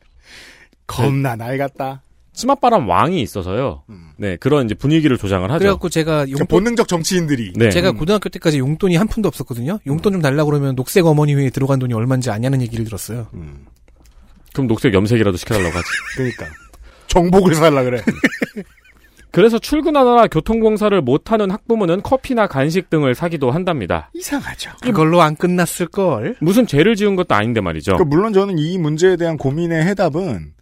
Speaker 4: 겁나 나이 같다.
Speaker 2: 치맛바람 왕이 있어서요. 네, 그런 이제 분위기를 조장을 하죠.
Speaker 3: 음. 그래갖고 제가
Speaker 4: 그러니까
Speaker 3: 용돈
Speaker 4: 본능적 정치인들이
Speaker 2: 네.
Speaker 3: 제가 고등학교 때까지 용돈이 한 푼도 없었거든요. 용돈 좀 달라고 그러면 녹색 어머니 회에 들어간 돈이 얼마인지 아냐는 얘기를 들었어요.
Speaker 4: 음.
Speaker 2: 그럼 녹색 염색이라도 시켜달라고 하지.
Speaker 4: 그러니까 정복을 살라 그래.
Speaker 2: 그래서 출근하느라 교통공사를 못하는 학부모는 커피나 간식 등을 사기도 한답니다.
Speaker 4: 이상하죠.
Speaker 3: 그걸로 안 끝났을 걸.
Speaker 2: 무슨 죄를 지은 것도 아닌데 말이죠.
Speaker 4: 그러니까 물론 저는 이 문제에 대한 고민의 해답은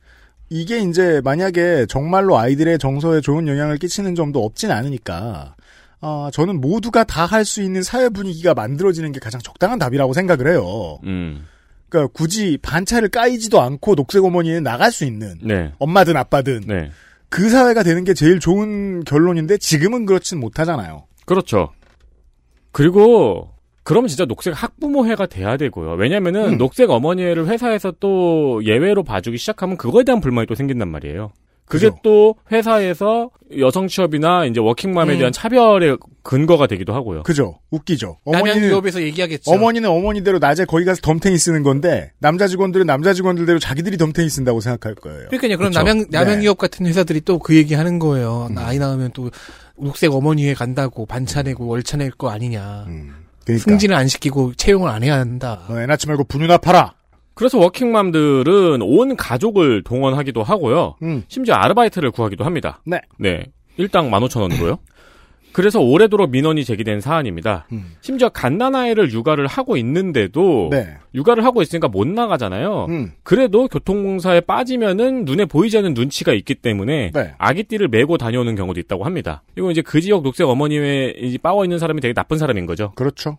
Speaker 4: 이게 이제 만약에 정말로 아이들의 정서에 좋은 영향을 끼치는 점도 없진 않으니까 아, 저는 모두가 다 할 수 있는 사회 분위기가 만들어지는 게 가장 적당한 답이라고 생각을 해요.
Speaker 2: 음,
Speaker 4: 그러니까 굳이 반차를 까이지도 않고 녹색 어머니는 나갈 수 있는
Speaker 2: 네,
Speaker 4: 엄마든 아빠든
Speaker 2: 네,
Speaker 4: 그 사회가 되는 게 제일 좋은 결론인데 지금은 그렇진 못하잖아요.
Speaker 2: 그렇죠. 그리고 그럼 진짜 녹색 학부모회가 돼야 되고요. 왜냐면은
Speaker 4: 음.
Speaker 2: 녹색 어머니회를 회사에서 또 예외로 봐주기 시작하면 그거에 대한 불만이 또 생긴단 말이에요. 그게
Speaker 4: 그죠.
Speaker 2: 또 회사에서 여성 취업이나 이제 워킹맘에
Speaker 3: 음.
Speaker 2: 대한 차별의 근거가 되기도 하고요.
Speaker 4: 그죠? 웃기죠.
Speaker 3: 남양
Speaker 4: 어머니는
Speaker 3: 유업에서 얘기하겠죠.
Speaker 4: 어머니는 어머니대로 낮에 거기 가서 덤탱이 쓰는 건데 남자 직원들은 남자 직원들대로 자기들이 덤탱이 쓴다고 생각할 거예요.
Speaker 3: 그러니까요. 그럼
Speaker 2: 그렇죠.
Speaker 3: 남양 남양
Speaker 4: 네. 음.
Speaker 3: 유업 같은 회사들이 또 그 얘기 하는 거예요. 나 아이 낳으면 또 녹색 어머니 회 간다고 반차 내고 월차 낼 거 아니냐.
Speaker 4: 음, 그러니까
Speaker 3: 승진을 안 시키고 채용을 안 해야 한다.
Speaker 4: 너 애 낳지 말고 분유나 팔아.
Speaker 2: 그래서 워킹맘들은 온 가족을 동원하기도 하고요.
Speaker 4: 음.
Speaker 2: 심지어 아르바이트를 구하기도 합니다.
Speaker 4: 네.
Speaker 2: 네. 일당 15,000원으로요. 그래서 오래도록 민원이 제기된 사안입니다.
Speaker 4: 음.
Speaker 2: 심지어 갓난아이를 육아를 하고 있는데도
Speaker 4: 네.
Speaker 2: 육아를 하고 있으니까 못 나가잖아요.
Speaker 4: 음.
Speaker 2: 그래도 교통공사에 빠지면은 눈에 보이지 않는 눈치가 있기 때문에
Speaker 4: 네.
Speaker 2: 아기띠를 메고 다녀오는 경우도 있다고 합니다. 이거 이제 그 지역 녹색 어머니에 이제 빠워 있는 사람이 되게 나쁜 사람인 거죠.
Speaker 4: 그렇죠.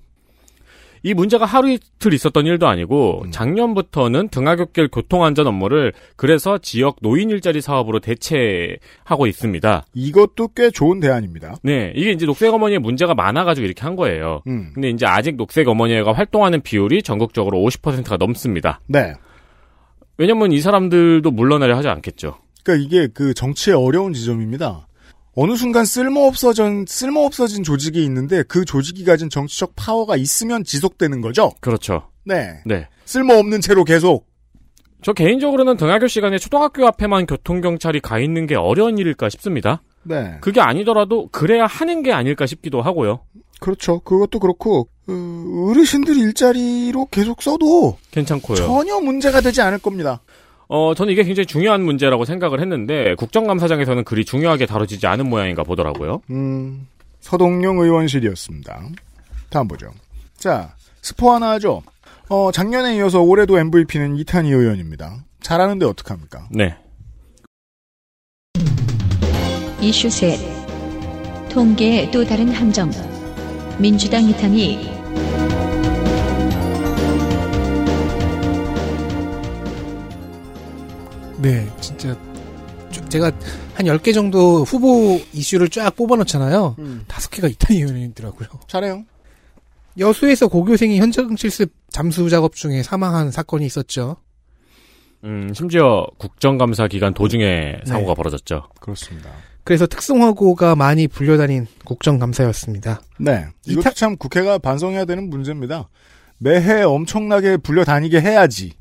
Speaker 2: 이 문제가 하루 이틀 있었던 일도 아니고
Speaker 4: 음.
Speaker 2: 작년부터는 등하굣길 교통안전 업무를 그래서 지역 노인 일자리 사업으로 대체하고 있습니다.
Speaker 4: 이것도 꽤 좋은 대안입니다.
Speaker 2: 네, 이게 이제 녹색 어머니의 문제가 많아가지고 이렇게 한 거예요.
Speaker 4: 음.
Speaker 2: 근데 이제 아직 녹색 어머니가 활동하는 비율이 전국적으로 50%가 넘습니다.
Speaker 4: 네.
Speaker 2: 왜냐면 이 사람들도 물러나려 하지 않겠죠.
Speaker 4: 그러니까 이게 그 정치의 어려운 지점입니다. 어느 순간 쓸모 없어진 쓸모 없어진 조직이 있는데 그 조직이 가진 정치적 파워가 있으면 지속되는 거죠.
Speaker 2: 그렇죠.
Speaker 4: 네.
Speaker 2: 네.
Speaker 4: 쓸모 없는 채로 계속
Speaker 2: 저 개인적으로는 등하교 시간에 초등학교 앞에만 교통경찰이 가 있는 게 어려운 일일까 싶습니다.
Speaker 4: 네.
Speaker 2: 그게 아니더라도 그래야 하는 게 아닐까 싶기도 하고요.
Speaker 4: 그렇죠. 그것도 그렇고 어, 어르신들 일자리로 계속 써도
Speaker 2: 괜찮고요.
Speaker 4: 전혀 문제가 되지 않을 겁니다.
Speaker 2: 어, 저는 이게 굉장히 중요한 문제라고 생각을 했는데 국정감사장에서는 그리 중요하게 다뤄지지 않은 모양인가 보더라고요.
Speaker 4: 음, 서동용 의원실이었습니다. 다음 보죠. 자, 스포 하나 하죠. 어, 작년에 이어서 올해도 MVP는 이탄희 의원입니다. 잘하는데 어떡합니까?
Speaker 2: 네.
Speaker 1: 이슈 셋 통계의 또 다른 함정 민주당 이탄이
Speaker 3: 네, 진짜 쭉 제가 한 10개 정도 후보 이슈를 쫙 뽑아놓잖아요. 다섯 개가 이탄 의원이더라고요.
Speaker 4: 잘해요.
Speaker 3: 여수에서 고교생이 현장 실습 잠수 작업 중에 사망한 사건이 있었죠.
Speaker 2: 음, 심지어 국정감사 기간
Speaker 4: 네.
Speaker 2: 도중에 사고가 벌어졌죠.
Speaker 4: 그렇습니다.
Speaker 3: 그래서 특성화고가 많이 불려다닌 국정감사였습니다.
Speaker 4: 네. 이것도
Speaker 3: 이탄-
Speaker 4: 참 국회가 반성해야 되는 문제입니다. 매해 엄청나게 불려다니게 해야지.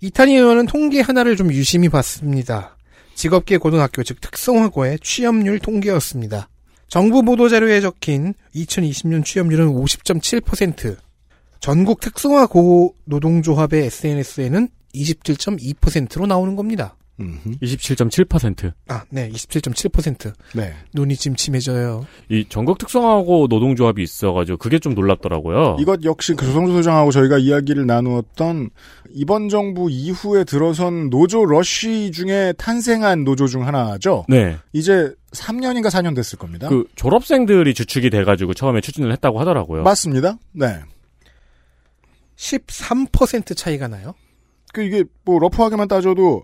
Speaker 3: 이탄희 의원은 통계 하나를 좀 유심히 봤습니다. 직업계 고등학교 즉 특성화고의 취업률 통계였습니다. 정부 보도자료에 적힌 2020년 취업률은 50.7%, 전국 특성화고 노동조합의 SNS에는 27.2%로 나오는 겁니다.
Speaker 4: 음흠.
Speaker 2: 27.7%.
Speaker 3: 아, 네, 27.7%.
Speaker 4: 네.
Speaker 3: 눈이 침침해져요.
Speaker 2: 이 전국 특성화고 노동조합이 있어가지고 그게 좀 놀랍더라고요.
Speaker 4: 이것 역시 그 조성주 소장하고 저희가 이야기를 나누었던 이번 정부 이후에 들어선 노조 러쉬 중에 탄생한 노조 중 하나죠.
Speaker 2: 네.
Speaker 4: 이제 3년인가 4년 됐을 겁니다.
Speaker 2: 그 졸업생들이 주축이 돼가지고 처음에 추진을 했다고 하더라고요.
Speaker 4: 맞습니다. 네.
Speaker 3: 13% 차이가 나요.
Speaker 4: 그 이게 뭐 러프하게만 따져도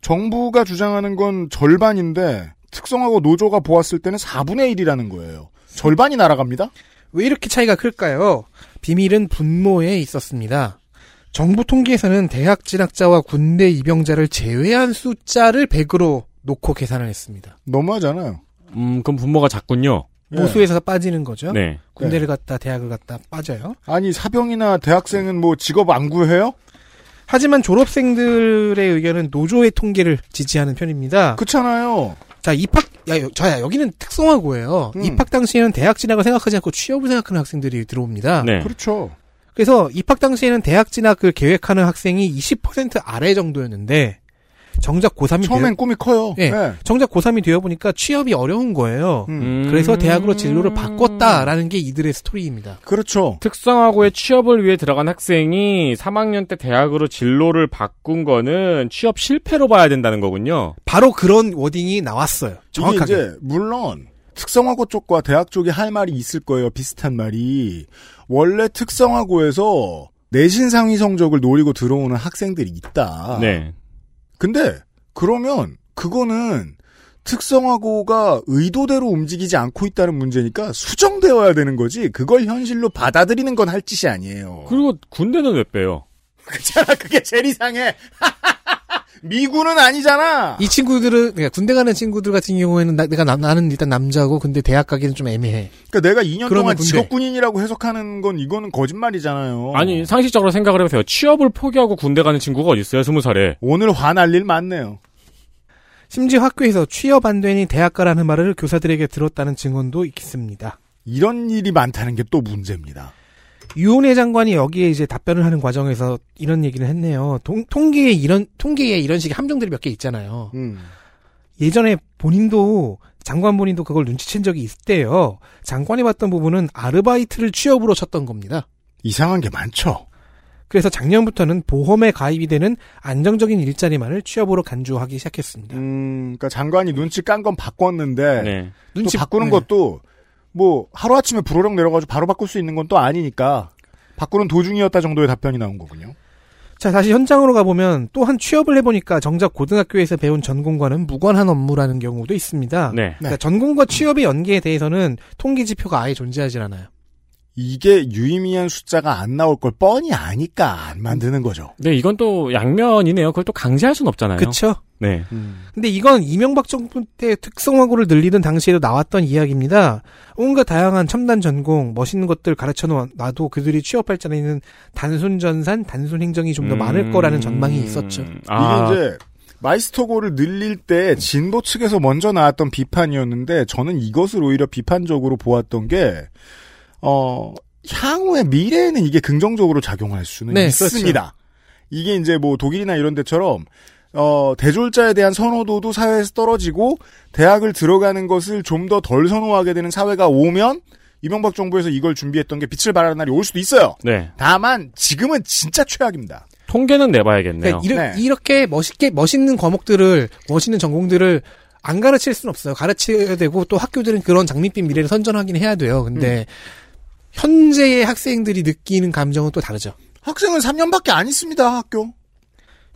Speaker 4: 정부가 주장하는 건 절반인데 특성하고 노조가 보았을 때는 4분의 1이라는 거예요. 절반이 날아갑니다.
Speaker 3: 왜 이렇게 차이가 클까요? 비밀은 분모에 있었습니다. 정부 통계에서는 대학 진학자와 군대 입영자를 제외한 숫자를 100으로 놓고 계산을 했습니다.
Speaker 4: 너무하잖아요.
Speaker 2: 음, 그럼 분모가 작군요.
Speaker 4: 예.
Speaker 3: 보수에서 빠지는 거죠.
Speaker 2: 네.
Speaker 3: 군대를 갔다 대학을 갔다 빠져요.
Speaker 4: 아니 사병이나 대학생은 뭐 직업 안 구해요?
Speaker 3: 하지만 졸업생들의 의견은 노조의 통계를 지지하는 편입니다.
Speaker 4: 그렇잖아요.
Speaker 3: 자 입학 야 여, 자야 여기는 특성화고예요.
Speaker 4: 음.
Speaker 3: 입학 당시에는 대학 진학을 생각하지 않고 취업을 생각하는 학생들이 들어옵니다.
Speaker 2: 네.
Speaker 4: 그렇죠.
Speaker 3: 그래서 입학 당시에는 대학 진학을 계획하는 학생이 20% 아래 정도였는데 정작 고3이
Speaker 4: 처음엔 꿈이 커요.
Speaker 3: 예.
Speaker 4: 네.
Speaker 3: 정작 고3이 되어 보니까 취업이 어려운 거예요.
Speaker 4: 음.
Speaker 2: 음.
Speaker 3: 그래서 대학으로 진로를 바꿨다라는 게 이들의 스토리입니다.
Speaker 4: 그렇죠.
Speaker 2: 특성화고에 취업을 위해 들어간 학생이 3학년 때 대학으로 진로를 바꾼 거는 취업 실패로 봐야 된다는 거군요.
Speaker 3: 바로 그런 워딩이 나왔어요. 정확하게.
Speaker 4: 이게 이제 물론 특성화고 쪽과 대학 쪽이 할 말이 있을 거예요. 비슷한 말이 원래 특성화고에서 내신 상위 성적을 노리고 들어오는 학생들이 있다.
Speaker 2: 네.
Speaker 4: 근데 그러면 그거는 특성화고가 의도대로 움직이지 않고 있다는 문제니까 수정되어야 되는 거지. 그걸 현실로 받아들이는 건 할 짓이 아니에요.
Speaker 2: 어. 그리고 군대는 왜 빼요?
Speaker 4: 그렇잖아. 그게 제일 이상해. 미군은 아니잖아.
Speaker 3: 이 친구들은 그러니까 군대 가는 친구들 같은 경우에는 나, 내가 남- 나는 일단 남자고 근데 대학 가기는 좀 애매해.
Speaker 4: 그러니까 내가 2년
Speaker 3: 그러면
Speaker 4: 동안
Speaker 3: 군대.
Speaker 4: 직업군인이라고 해석하는 건 이거는 거짓말이잖아요.
Speaker 3: 어.
Speaker 2: 아니 상식적으로 생각을 해보세요. 취업을 포기하고 군대 가는 친구가 어디 있어요? 스무 살에.
Speaker 4: 오늘 화날 일 많네요.
Speaker 3: 심지어 학교에서 취업 안 되니 대학 가라는 말을 교사들에게 들었다는 증언도 있습니다.
Speaker 4: 이런 일이 많다는 게 또 문제입니다.
Speaker 3: 유은혜 장관이 여기에 이제 답변을 하는 과정에서 이런 얘기를 했네요. 통, 통계에 이런 통계에 이런 식의 함정들이 몇 개 있잖아요.
Speaker 4: 음.
Speaker 3: 예전에 본인도 장관 본인도 그걸 눈치챈 적이 있대요. 장관이 봤던 부분은 아르바이트를 취업으로 쳤던 겁니다.
Speaker 4: 이상한 게 많죠.
Speaker 3: 그래서 작년부터는 보험에 가입이 되는 안정적인 일자리만을 취업으로 간주하기 시작했습니다.
Speaker 4: 그러니까 장관이 눈치 깐 건 바꿨는데
Speaker 2: 네.
Speaker 4: 또 바꾸는
Speaker 3: 네.
Speaker 4: 것도 뭐 하루 아침에 불호령 내려가지고 바로 바꿀 수 있는 건 또 아니니까 바꾸는 도중이었다 정도의 답변이 나온 거군요.
Speaker 3: 자 다시 현장으로 가보면 또한 취업을 해보니까 정작 고등학교에서 배운 전공과는 무관한 업무라는 경우도 있습니다.
Speaker 2: 네.
Speaker 3: 그러니까 전공과 취업의 연계에 대해서는 통계 지표가 아예 존재하지 않아요.
Speaker 4: 이게 유의미한 숫자가 안 나올 걸 뻔히 아니까 안 만드는 거죠.
Speaker 2: 네, 이건 또 양면이네요. 그걸 또 강제할 순 없잖아요.
Speaker 3: 그쵸?
Speaker 2: 네.
Speaker 3: 음. 근데 이건 이명박 정부 때 특성화고를 늘리던 당시에도 나왔던 이야기입니다. 뭔가 다양한 첨단 전공, 멋있는 것들 가르쳐 놔도 그들이 취업할 자리는 단순 전산, 단순 행정이 좀 더 많을 거라는 전망이 있었죠.
Speaker 2: 음. 아,
Speaker 4: 이게 이제 마이스터고를 늘릴 때 진보 측에서 먼저 나왔던 비판이었는데 저는 이것을 오히려 비판적으로 보았던 게 어, 향후의 미래에는 이게 긍정적으로 작용할 수는
Speaker 3: 네,
Speaker 4: 있습니다. 이게 이제 뭐 독일이나 이런 데처럼 어, 대졸자에 대한 선호도도 사회에서 떨어지고 대학을 들어가는 것을 좀 더 덜 선호하게 되는 사회가 오면 이명박 정부에서 이걸 준비했던 게 빛을 발하는 날이 올 수도 있어요.
Speaker 2: 네.
Speaker 4: 다만 지금은 진짜 최악입니다.
Speaker 2: 통계는 내봐야겠네요.
Speaker 3: 그러니까 이렇-
Speaker 4: 네.
Speaker 3: 이렇게 멋있게 멋있는 과목들을 멋있는 전공들을 안 가르칠 수는 없어요. 가르쳐야 되고 또 학교들은 그런 장밋빛 미래를 선전하긴 해야 돼요. 근데 현재의 학생들이 느끼는 감정은 또 다르죠.
Speaker 4: 학생은 3년밖에 안 있습니다, 학교.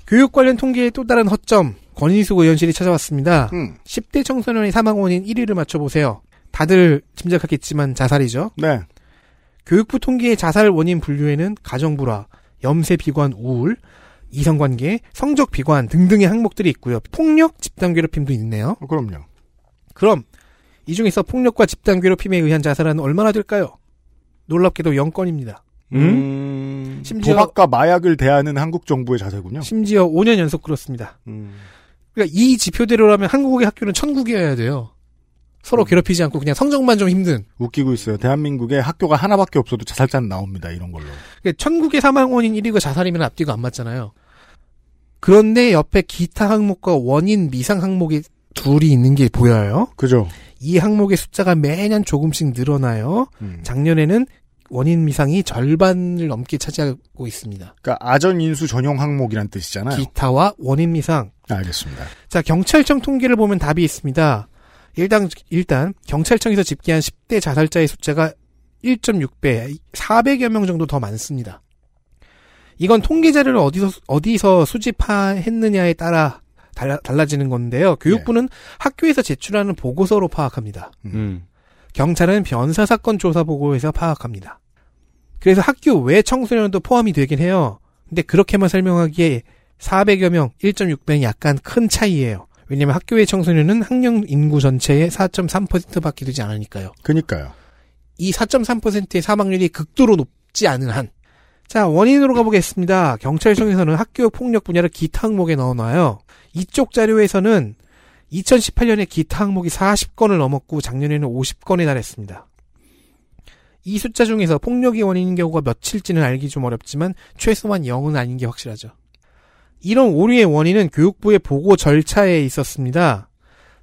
Speaker 3: 교육 관련 통계의 또 다른 허점 권인수 의원실이 찾아왔습니다.
Speaker 4: 음.
Speaker 3: 10대 청소년의 사망 원인 1위를 맞춰보세요. 다들 짐작하겠지만 자살이죠.
Speaker 4: 네.
Speaker 3: 교육부 통계의 자살 원인 분류에는 가정불화, 염세 비관 우울, 이성관계, 성적 비관 등등의 항목들이 있고요. 폭력, 집단 괴롭힘도 있네요.
Speaker 4: 어, 그럼요.
Speaker 3: 그럼 이 중에서 폭력과 집단 괴롭힘에 의한 자살은 얼마나 될까요? 놀랍게도 0건입니다.
Speaker 2: 음?
Speaker 4: 음,
Speaker 3: 심지어-
Speaker 4: 도박과 마약을 대하는 한국 정부의 자세군요.
Speaker 3: 심지어 5년 연속 그렇습니다.
Speaker 4: 음.
Speaker 3: 그러니까 이 지표대로라면 한국의 학교는 천국이어야 돼요.
Speaker 4: 음.
Speaker 3: 서로 괴롭히지 않고 그냥 성적만 좀 힘든.
Speaker 4: 웃기고 있어요. 대한민국에 학교가 하나밖에 없어도 자살자는 나옵니다. 이런 걸로.
Speaker 3: 그러니까 천국의 사망 원인 1위가 자살이면 앞뒤가 안 맞잖아요. 그런데 옆에 기타 항목과 원인 미상 항목이 둘이 있는 게 보여요.
Speaker 4: 그죠?
Speaker 3: 이 항목의 숫자가 매년 조금씩 늘어나요.
Speaker 4: 음.
Speaker 3: 작년에는 원인 미상이 절반을 넘게 차지하고 있습니다.
Speaker 4: 그러니까 아전 인수 전용 항목이란 뜻이잖아요.
Speaker 3: 기타와 원인 미상
Speaker 4: 아, 알겠습니다.
Speaker 3: 자, 경찰청 통계를 보면 답이 있습니다. 일단, 일단, 경찰청에서 집계한 10대 자살자의 숫자가 1.6배, 400여 명 정도 더 많습니다. 이건 통계 자료를 어디서, 어디서 수집했느냐에 따라 달라, 달라지는 건데요. 교육부는 학교에서 제출하는 보고서로 파악합니다.
Speaker 2: 음.
Speaker 3: 경찰은 변사 사건 조사 보고에서 파악합니다. 그래서 학교 외 청소년도 포함이 되긴 해요. 근데 그렇게만 설명하기에 400여 명, 1.6배는 약간 큰 차이예요. 왜냐면 학교 외 청소년은 학령 인구 전체의 4.3%밖에 되지 않으니까요.
Speaker 4: 그니까요.
Speaker 3: 이 4.3%의 사망률이 극도로 높지 않은 한. 자, 원인으로 가보겠습니다. 경찰청에서는 학교 폭력 분야를 기타 항목에 넣어놔요. 이쪽 자료에서는 2018년에 기타 항목이 40건을 넘었고 작년에는 50건에 달했습니다. 이 숫자 중에서 폭력이 원인인 경우가 몇일지는 알기 좀 어렵지만 최소한 0은 아닌 게 확실하죠. 이런 오류의 원인은 교육부의 보고 절차에 있었습니다.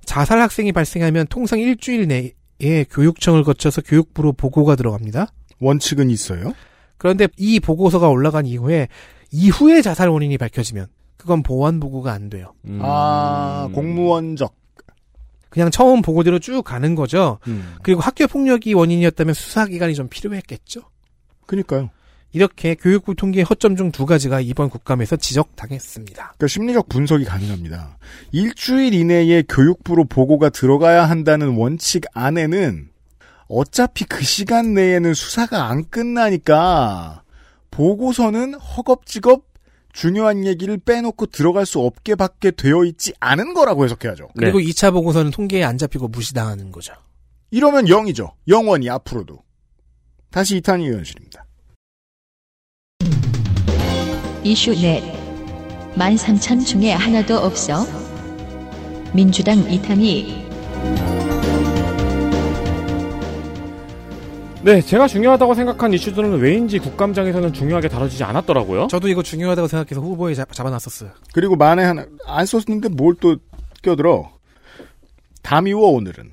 Speaker 3: 자살 학생이 발생하면 통상 일주일 내에 예, 교육청을 거쳐서 교육부로 보고가 들어갑니다.
Speaker 4: 원칙은 있어요.
Speaker 3: 그런데 이 보고서가 올라간 이후에 이후에 자살 원인이 밝혀지면 그건 보완 보고가 안 돼요.
Speaker 2: 음.
Speaker 4: 아, 공무원적.
Speaker 3: 그냥 처음 보고대로 쭉 가는 거죠.
Speaker 4: 음.
Speaker 3: 그리고 학교 폭력이 원인이었다면 수사 기간이 좀 필요했겠죠.
Speaker 4: 그니까요.
Speaker 3: 이렇게 교육부 통계 허점 중 두 가지가 이번 국감에서 지적당했습니다.
Speaker 4: 그러니까 심리적 분석이 가능합니다. 일주일 이내에 교육부로 보고가 들어가야 한다는 원칙 안에는 어차피 그 시간 내에는 수사가 안 끝나니까 보고서는 허겁지겁 중요한 얘기를 빼놓고 들어갈 수 없게 받게 되어 있지 않은 거라고 해석해야죠.
Speaker 2: 네.
Speaker 3: 그리고 2차 보고서는 통계에 안 잡히고 무시당하는 거죠.
Speaker 4: 이러면 0이죠. 영원히 앞으로도. 다시 이탄희 의원실입니다.
Speaker 1: 이슈 넷 13,000 중에 하나도 없어 민주당 이탄희
Speaker 2: 네, 제가 중요하다고 생각한 이슈들은 왜인지 국감장에서는 중요하게 다뤄지지 않았더라고요.
Speaker 3: 저도 이거 중요하다고 생각해서 후보에 잡- 잡아놨었어요.
Speaker 4: 그리고 만에 하나 안 썼는데 뭘 또 껴들어? 다 미워 오늘은.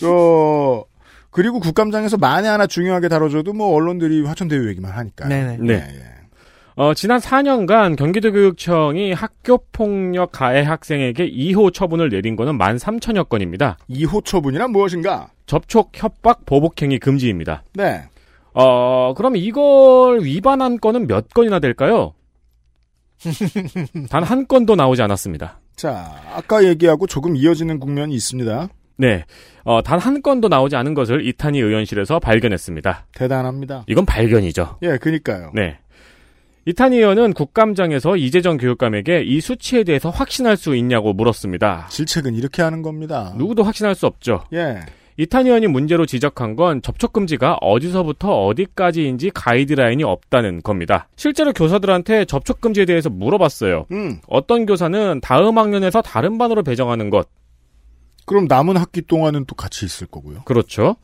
Speaker 4: 저 그리고 국감장에서 만에 하나 중요하게 다뤄줘도 뭐 언론들이 화천대유 얘기만 하니까.
Speaker 3: 네네.
Speaker 2: 네.
Speaker 4: 예.
Speaker 2: 어, 지난 4년간 경기도교육청이 학교폭력 가해 학생에게 2호 처분을 내린 것은 13,000여 건입니다.
Speaker 4: 2호 처분이란 무엇인가?
Speaker 2: 접촉, 협박, 보복행위 금지입니다.
Speaker 4: 네.
Speaker 2: 어, 그럼 이걸 위반한 건은 몇 건이나 될까요? 단 한 건도 나오지 않았습니다.
Speaker 4: 자, 아까 얘기하고 조금 이어지는 국면이 있습니다.
Speaker 2: 네. 어, 단 한 건도 나오지 않은 것을 이탄희 의원실에서 발견했습니다.
Speaker 4: 대단합니다.
Speaker 2: 이건 발견이죠.
Speaker 4: 예, 그니까요.
Speaker 2: 네. 이탄희 의원은 국감장에서 이재정 교육감에게 이 수치에 대해서 확신할 수 있냐고 물었습니다.
Speaker 4: 질책은 이렇게 하는 겁니다.
Speaker 2: 누구도 확신할 수 없죠.
Speaker 4: 예.
Speaker 2: 이탄 의원이 문제로 지적한 건 접촉금지가 어디서부터 어디까지인지 가이드라인이 없다는 겁니다. 실제로 교사들한테 접촉금지에 대해서 물어봤어요.
Speaker 4: 음.
Speaker 2: 어떤 교사는 다음 학년에서 다른 반으로 배정하는 것,
Speaker 4: 그럼 남은 학기 동안은 또 같이 있을 거고요.
Speaker 2: 그렇죠.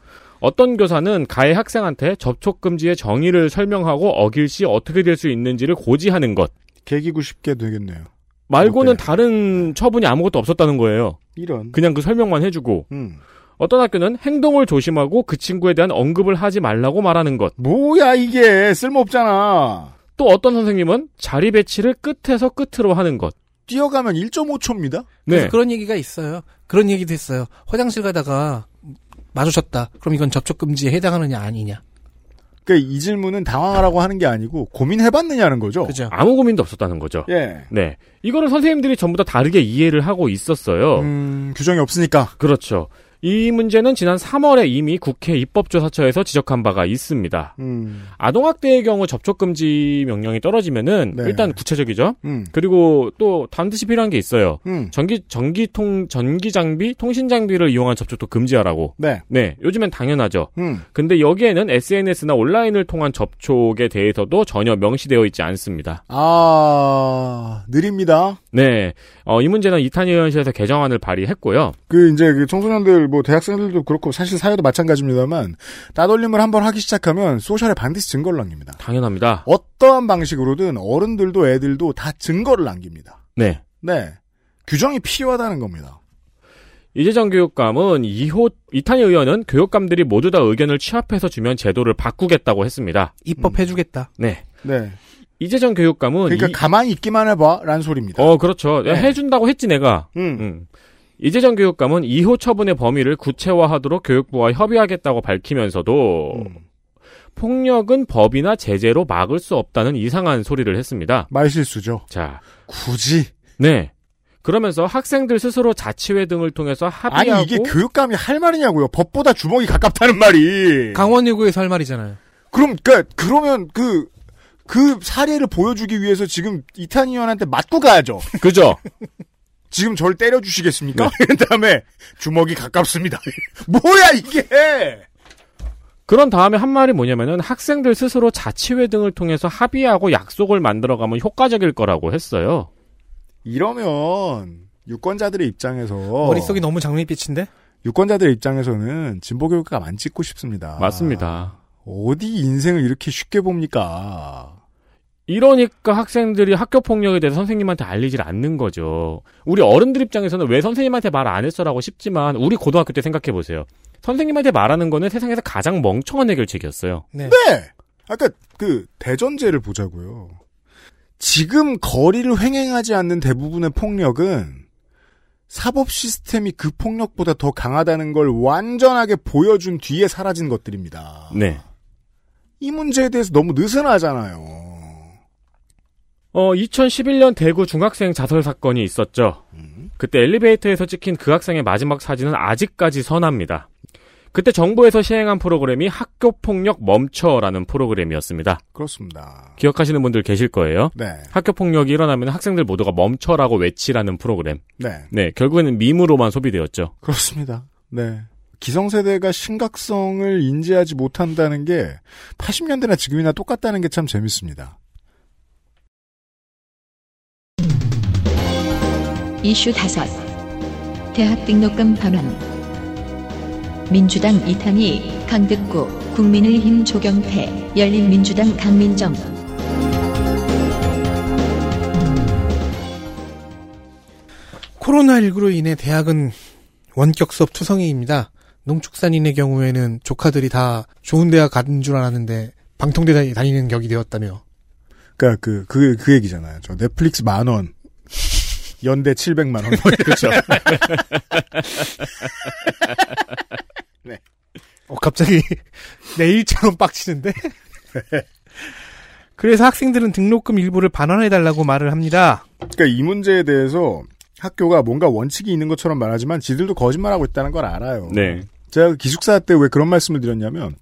Speaker 2: 어떤 교사는 가해 학생한테 접촉금지의 정의를 설명하고 어길 시 어떻게 될 수 있는지를 고지하는 것,
Speaker 4: 개기고 싶게 되겠네요.
Speaker 2: 말고는
Speaker 4: 그렇게.
Speaker 2: 다른 처분이 아무것도 없었다는 거예요.
Speaker 4: 이런.
Speaker 2: 그냥 그 설명만 해주고.
Speaker 4: 음.
Speaker 2: 어떤 학교는 행동을 조심하고 그 친구에 대한 언급을 하지 말라고 말하는 것.
Speaker 4: 뭐야 이게 쓸모없잖아.
Speaker 2: 또 어떤 선생님은 자리 배치를 끝에서 끝으로 하는 것.
Speaker 4: 뛰어가면 1.5초입니다.
Speaker 3: 그래서
Speaker 2: 네.
Speaker 3: 그런 얘기가 있어요. 그런 얘기도 했어요. 화장실 가다가 마주쳤다. 그럼 이건 접촉 금지에 해당하느냐 아니냐.
Speaker 4: 그러니까 이 질문은 당황하라고 하는 게 아니고 고민해봤느냐는 거죠.
Speaker 3: 그죠?
Speaker 2: 어. 아무 고민도 없었다는 거죠.
Speaker 4: 예.
Speaker 2: 네. 이거를 선생님들이 전부 다 다르게 이해를 하고 있었어요.
Speaker 4: 음, 규정이 없으니까.
Speaker 2: 그렇죠. 이 문제는 지난 3월에 이미 국회 입법조사처에서 지적한 바가 있습니다.
Speaker 4: 음,
Speaker 2: 아동학대의 경우 접촉금지 명령이 떨어지면은
Speaker 4: 네.
Speaker 2: 일단 구체적이죠.
Speaker 4: 음,
Speaker 2: 그리고 또 반드시 필요한 게 있어요.
Speaker 4: 음.
Speaker 2: 전기 전기통 전기 장비, 통신 장비를 이용한 접촉도 금지하라고.
Speaker 4: 네.
Speaker 2: 네, 요즘엔 당연하죠.
Speaker 4: 음.
Speaker 2: 근데 여기에는 SNS나 온라인을 통한 접촉에 대해서도 전혀 명시되어 있지 않습니다.
Speaker 4: 아, 느립니다.
Speaker 2: 네, 어, 이 문제는 이탄희 의원실에서 개정안을 발의했고요.
Speaker 4: 그, 이제, 그 청소년들, 뭐, 대학생들도 그렇고, 사실 사회도 마찬가지입니다만, 따돌림을 한번 하기 시작하면, 소셜에 반드시 증거를 남깁니다.
Speaker 2: 당연합니다.
Speaker 4: 어떠한 방식으로든, 어른들도 애들도 다 증거를 남깁니다.
Speaker 2: 네.
Speaker 4: 네. 규정이 필요하다는 겁니다.
Speaker 2: 이재정 교육감은 이호, 이탄희 의원은 교육감들이 모두 다 의견을 취합해서 주면 제도를 바꾸겠다고 했습니다.
Speaker 3: 입법해주겠다.
Speaker 2: 네.
Speaker 4: 네.
Speaker 2: 이재정 교육감은.
Speaker 4: 그러니까
Speaker 2: 이-
Speaker 4: 가만히 있기만 해봐, 라는 소리입니다.
Speaker 2: 어, 그렇죠. 야,
Speaker 4: 네.
Speaker 2: 해준다고 했지, 내가.
Speaker 4: 음.
Speaker 2: 음. 이재정 교육감은 2호 처분의 범위를 구체화하도록 교육부와 협의하겠다고 밝히면서도
Speaker 4: 음.
Speaker 2: 폭력은 법이나 제재로 막을 수 없다는 이상한 소리를 했습니다.
Speaker 4: 말실수죠.
Speaker 2: 자,
Speaker 4: 굳이.
Speaker 2: 네. 그러면서 학생들 스스로 자치회 등을 통해서 합의하고
Speaker 4: 아니, 이게 교육감이 할 말이냐고요. 법보다 주먹이 가깝다는 말이.
Speaker 3: 강원유구에서 할 말이잖아요.
Speaker 4: 그럼 그러니까 그러면 그. 그 사례를 보여주기 위해서 지금 이탄희 의원한테 맞고 가야죠.
Speaker 2: 그죠?
Speaker 4: 지금 절 때려주시겠습니까? 이런 다음에 주먹이 가깝습니다. 뭐야 이게?
Speaker 2: 그런 다음에 한 말이 뭐냐면은 학생들 스스로 자치회 등을 통해서 합의하고 약속을 만들어가면 효과적일 거라고 했어요.
Speaker 4: 이러면 유권자들의 입장에서
Speaker 2: 어.
Speaker 3: 머릿속이 너무 장밋빛인데?
Speaker 4: 유권자들의 입장에서는 진보 교육감 안 찍고 싶습니다.
Speaker 2: 맞습니다.
Speaker 4: 어디 인생을 이렇게 쉽게 봅니까?
Speaker 2: 이러니까 학생들이 학교 폭력에 대해서 선생님한테 알리질 않는 거죠. 우리 어른들 입장에서는 왜 선생님한테 말 안 했어라고 싶지만 우리 고등학교 때 생각해 보세요. 선생님한테 말하는 거는 세상에서 가장 멍청한 해결책이었어요.
Speaker 3: 네.
Speaker 4: 네. 아까 그 대전제를 보자고요. 지금 거리를 횡행하지 않는 대부분의 폭력은 사법 시스템이 그 폭력보다 더 강하다는 걸 완전하게 보여준 뒤에 사라진 것들입니다.
Speaker 2: 네.
Speaker 4: 이 문제에 대해서 너무 느슨하잖아요.
Speaker 2: 어, 2011년 대구 중학생 자살 사건이 있었죠. 그때 엘리베이터에서 찍힌 그 학생의 마지막 사진은 아직까지 선합니다. 그때 정부에서 시행한 프로그램이 학교 폭력 멈춰라는 프로그램이었습니다.
Speaker 4: 그렇습니다.
Speaker 2: 기억하시는 분들 계실 거예요.
Speaker 4: 네,
Speaker 2: 학교 폭력이 일어나면 학생들 모두가 멈춰라고 외치라는 프로그램.
Speaker 4: 네,
Speaker 2: 네, 결국에는 밈으로만 소비되었죠.
Speaker 4: 그렇습니다. 네. 기성세대가 심각성을 인지하지 못한다는 게 80년대나 지금이나 똑같다는 게 참 재밌습니다.
Speaker 1: 이슈 다섯 대학 등록금 반환 민주당 이탄희 강득구 국민의힘 조경태 열린민주당 강민정
Speaker 3: 코로나19로 인해 대학은 원격 수업 투성이입니다. 농축산인의 경우에는 조카들이 다 좋은 대학 가는 줄 알았는데 방통대 다- 다니는 격이 되었다며.
Speaker 4: 그니까 그, 그, 그 얘기잖아요. 저 넷플릭스 만 원. 연대 700만 원. 그렇죠.
Speaker 3: 어, 갑자기 내일처럼 빡치는데? 그래서 학생들은 등록금 일부를 반환해달라고 말을 합니다.
Speaker 4: 그러니까 이 문제에 대해서 학교가 뭔가 원칙이 있는 것처럼 말하지만 지들도 거짓말하고 있다는 걸 알아요.
Speaker 2: 네.
Speaker 4: 제가 그 기숙사 때 왜 그런 말씀을 드렸냐면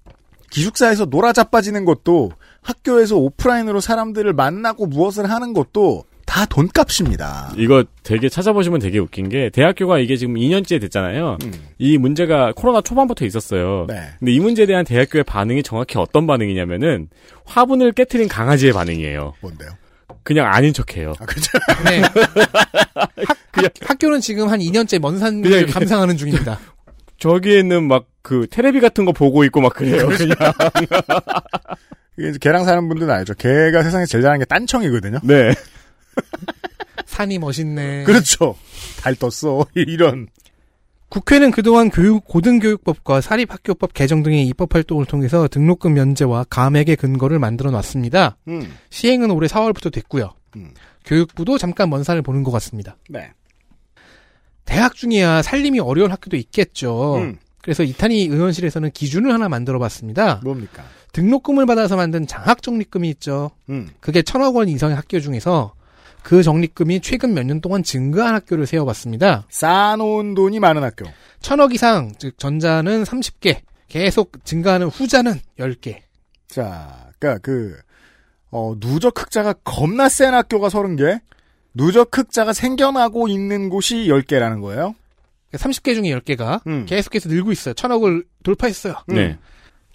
Speaker 4: 기숙사에서 놀아 자빠지는 것도 학교에서 오프라인으로 사람들을 만나고 무엇을 하는 것도 다 돈값입니다.
Speaker 2: 이거 되게 찾아보시면 되게 웃긴 게 대학교가 이게 지금 2년째 됐잖아요.
Speaker 4: 음.
Speaker 2: 이 문제가 코로나 초반부터 있었어요.
Speaker 4: 네.
Speaker 2: 근데 이 문제에 대한 대학교의 반응이 정확히 어떤 반응이냐면은 화분을 깨트린 강아지의 반응이에요.
Speaker 4: 뭔데요?
Speaker 2: 그냥 아닌 척해요.
Speaker 4: 아, 그죠?
Speaker 3: 네. 학, 교는 지금 한
Speaker 2: 그냥
Speaker 3: 2년째 먼산을
Speaker 2: 이렇게-
Speaker 3: 감상하는 중입니다.
Speaker 2: 저기에 있는 막 그 테레비 같은 거 보고 있고 막 그래요. 그냥.
Speaker 4: 이게 이제 개랑 사는 분들은 알죠. 개가 세상에 제일 잘하는 게 딴청이거든요.
Speaker 2: 네.
Speaker 3: 산이 멋있네.
Speaker 4: 그렇죠. 달 떴어. 이런.
Speaker 3: 국회는 그동안 교육 고등교육법과 사립학교법 개정 등의 입법 활동을 통해서 등록금 면제와 감액의 근거를 만들어 놨습니다.
Speaker 4: 음.
Speaker 3: 시행은 올해 4월부터 됐고요.
Speaker 4: 음.
Speaker 3: 교육부도 잠깐 먼 산을 보는 것 같습니다.
Speaker 4: 네.
Speaker 3: 대학 중이야 살림이 어려운 학교도 있겠죠.
Speaker 4: 음.
Speaker 3: 그래서 이탄희 의원실에서는 기준을 하나 만들어 봤습니다.
Speaker 4: 뭡니까?
Speaker 3: 등록금을 받아서 만든 장학적립금이 있죠.
Speaker 4: 음.
Speaker 3: 그게 천억 원 이상의 학교 중에서 그 적립금이 최근 몇 년 동안 증가한 학교를 세어봤습니다.
Speaker 4: 쌓아놓은 돈이 많은 학교.
Speaker 3: 천억 이상, 즉 전자는 30개, 계속 증가하는 후자는 10개.
Speaker 4: 자, 그니까 그, 어, 누적 흑자가 겁나 센 학교가 30개, 누적 흑자가 생겨나고 있는 곳이 10개라는 거예요.
Speaker 3: 30개 중에 10개가
Speaker 4: 음.
Speaker 3: 계속해서 늘고 있어요. 천억을 돌파했어요.
Speaker 2: 네.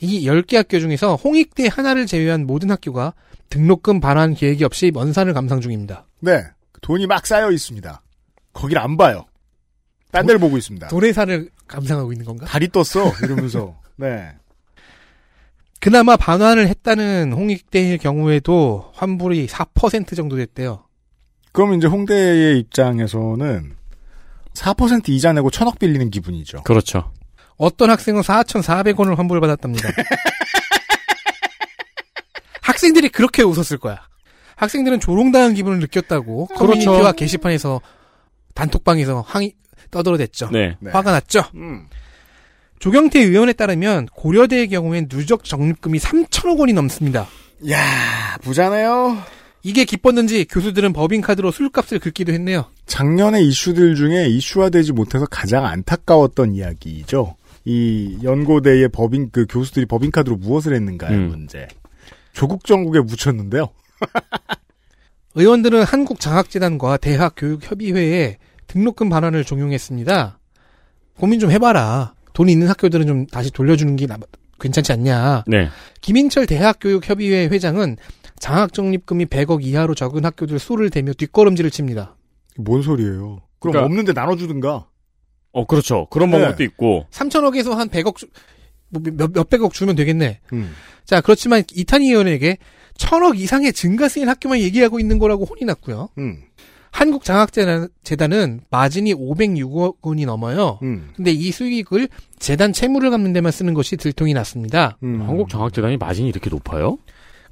Speaker 3: 이 10개 학교 중에서 홍익대 하나를 제외한 모든 학교가 등록금 반환 계획이 없이 먼산을 감상 중입니다.
Speaker 4: 네. 돈이 막 쌓여 있습니다. 거길 안 봐요. 딴 데를 보고 있습니다.
Speaker 3: 돈의 산을 감상하고 있는 건가?
Speaker 4: 달이 떴어. 이러면서. 네.
Speaker 3: 그나마 반환을 했다는 홍익대의 경우에도 환불이 4% 정도 됐대요.
Speaker 4: 그럼 이제 홍대의 입장에서는 4% 이자 내고 천억 빌리는 기분이죠.
Speaker 2: 그렇죠.
Speaker 3: 어떤 학생은 4,400원을 환불을 받았답니다. 학생들이 그렇게 웃었을 거야. 학생들은 조롱당한 기분을 느꼈다고 커뮤니티와 게시판에서 단톡방에서 항의 떠들어댔죠.
Speaker 2: 네.
Speaker 4: 네.
Speaker 3: 화가 났죠.
Speaker 4: 음.
Speaker 3: 조경태 의원에 따르면 고려대의 경우엔 누적 적립금이 3천억 원이 넘습니다.
Speaker 4: 야 부자네요.
Speaker 3: 이게 기뻤는지 교수들은 법인카드로 술값을 긁기도 했네요.
Speaker 4: 작년의 이슈들 중에 이슈화되지 못해서 가장 안타까웠던 이야기죠. 이 연고대의 법인 그 교수들이 법인카드로 무엇을 했는가의
Speaker 2: 음.
Speaker 4: 문제. 조국 정국에 묻혔는데요.
Speaker 3: 의원들은 한국장학재단과 대학교육협의회에 등록금 반환을 종용했습니다. 고민 좀 해봐라. 돈 있는 학교들은 좀 다시 돌려주는 게 나- 괜찮지 않냐.
Speaker 2: 네.
Speaker 3: 김인철 대학교육협의회 회장은 장학적립금이 100억 이하로 적은 학교들 수를 대며 뒷걸음질을 칩니다.
Speaker 4: 뭔 소리예요? 그럼
Speaker 2: 그러니까-
Speaker 4: 없는데 나눠주든가.
Speaker 2: 어, 그렇죠. 그런
Speaker 4: 네.
Speaker 2: 방법도 있고.
Speaker 3: 3천억에서 한 100억 주, 뭐 몇, 몇백억 주면 되겠네.
Speaker 4: 음.
Speaker 3: 자, 그렇지만 이탄희 의원에게 천억 이상의 증가세인 학교만 얘기하고 있는 거라고 혼이 났고요.
Speaker 4: 음.
Speaker 3: 한국장학재단은 마진이 506억 원이 넘어요.
Speaker 4: 음.
Speaker 3: 근데 이 수익을 재단 채무를 갚는 데만 쓰는 것이 들통이 났습니다.
Speaker 4: 음.
Speaker 2: 한국장학재단이 마진이 이렇게 높아요?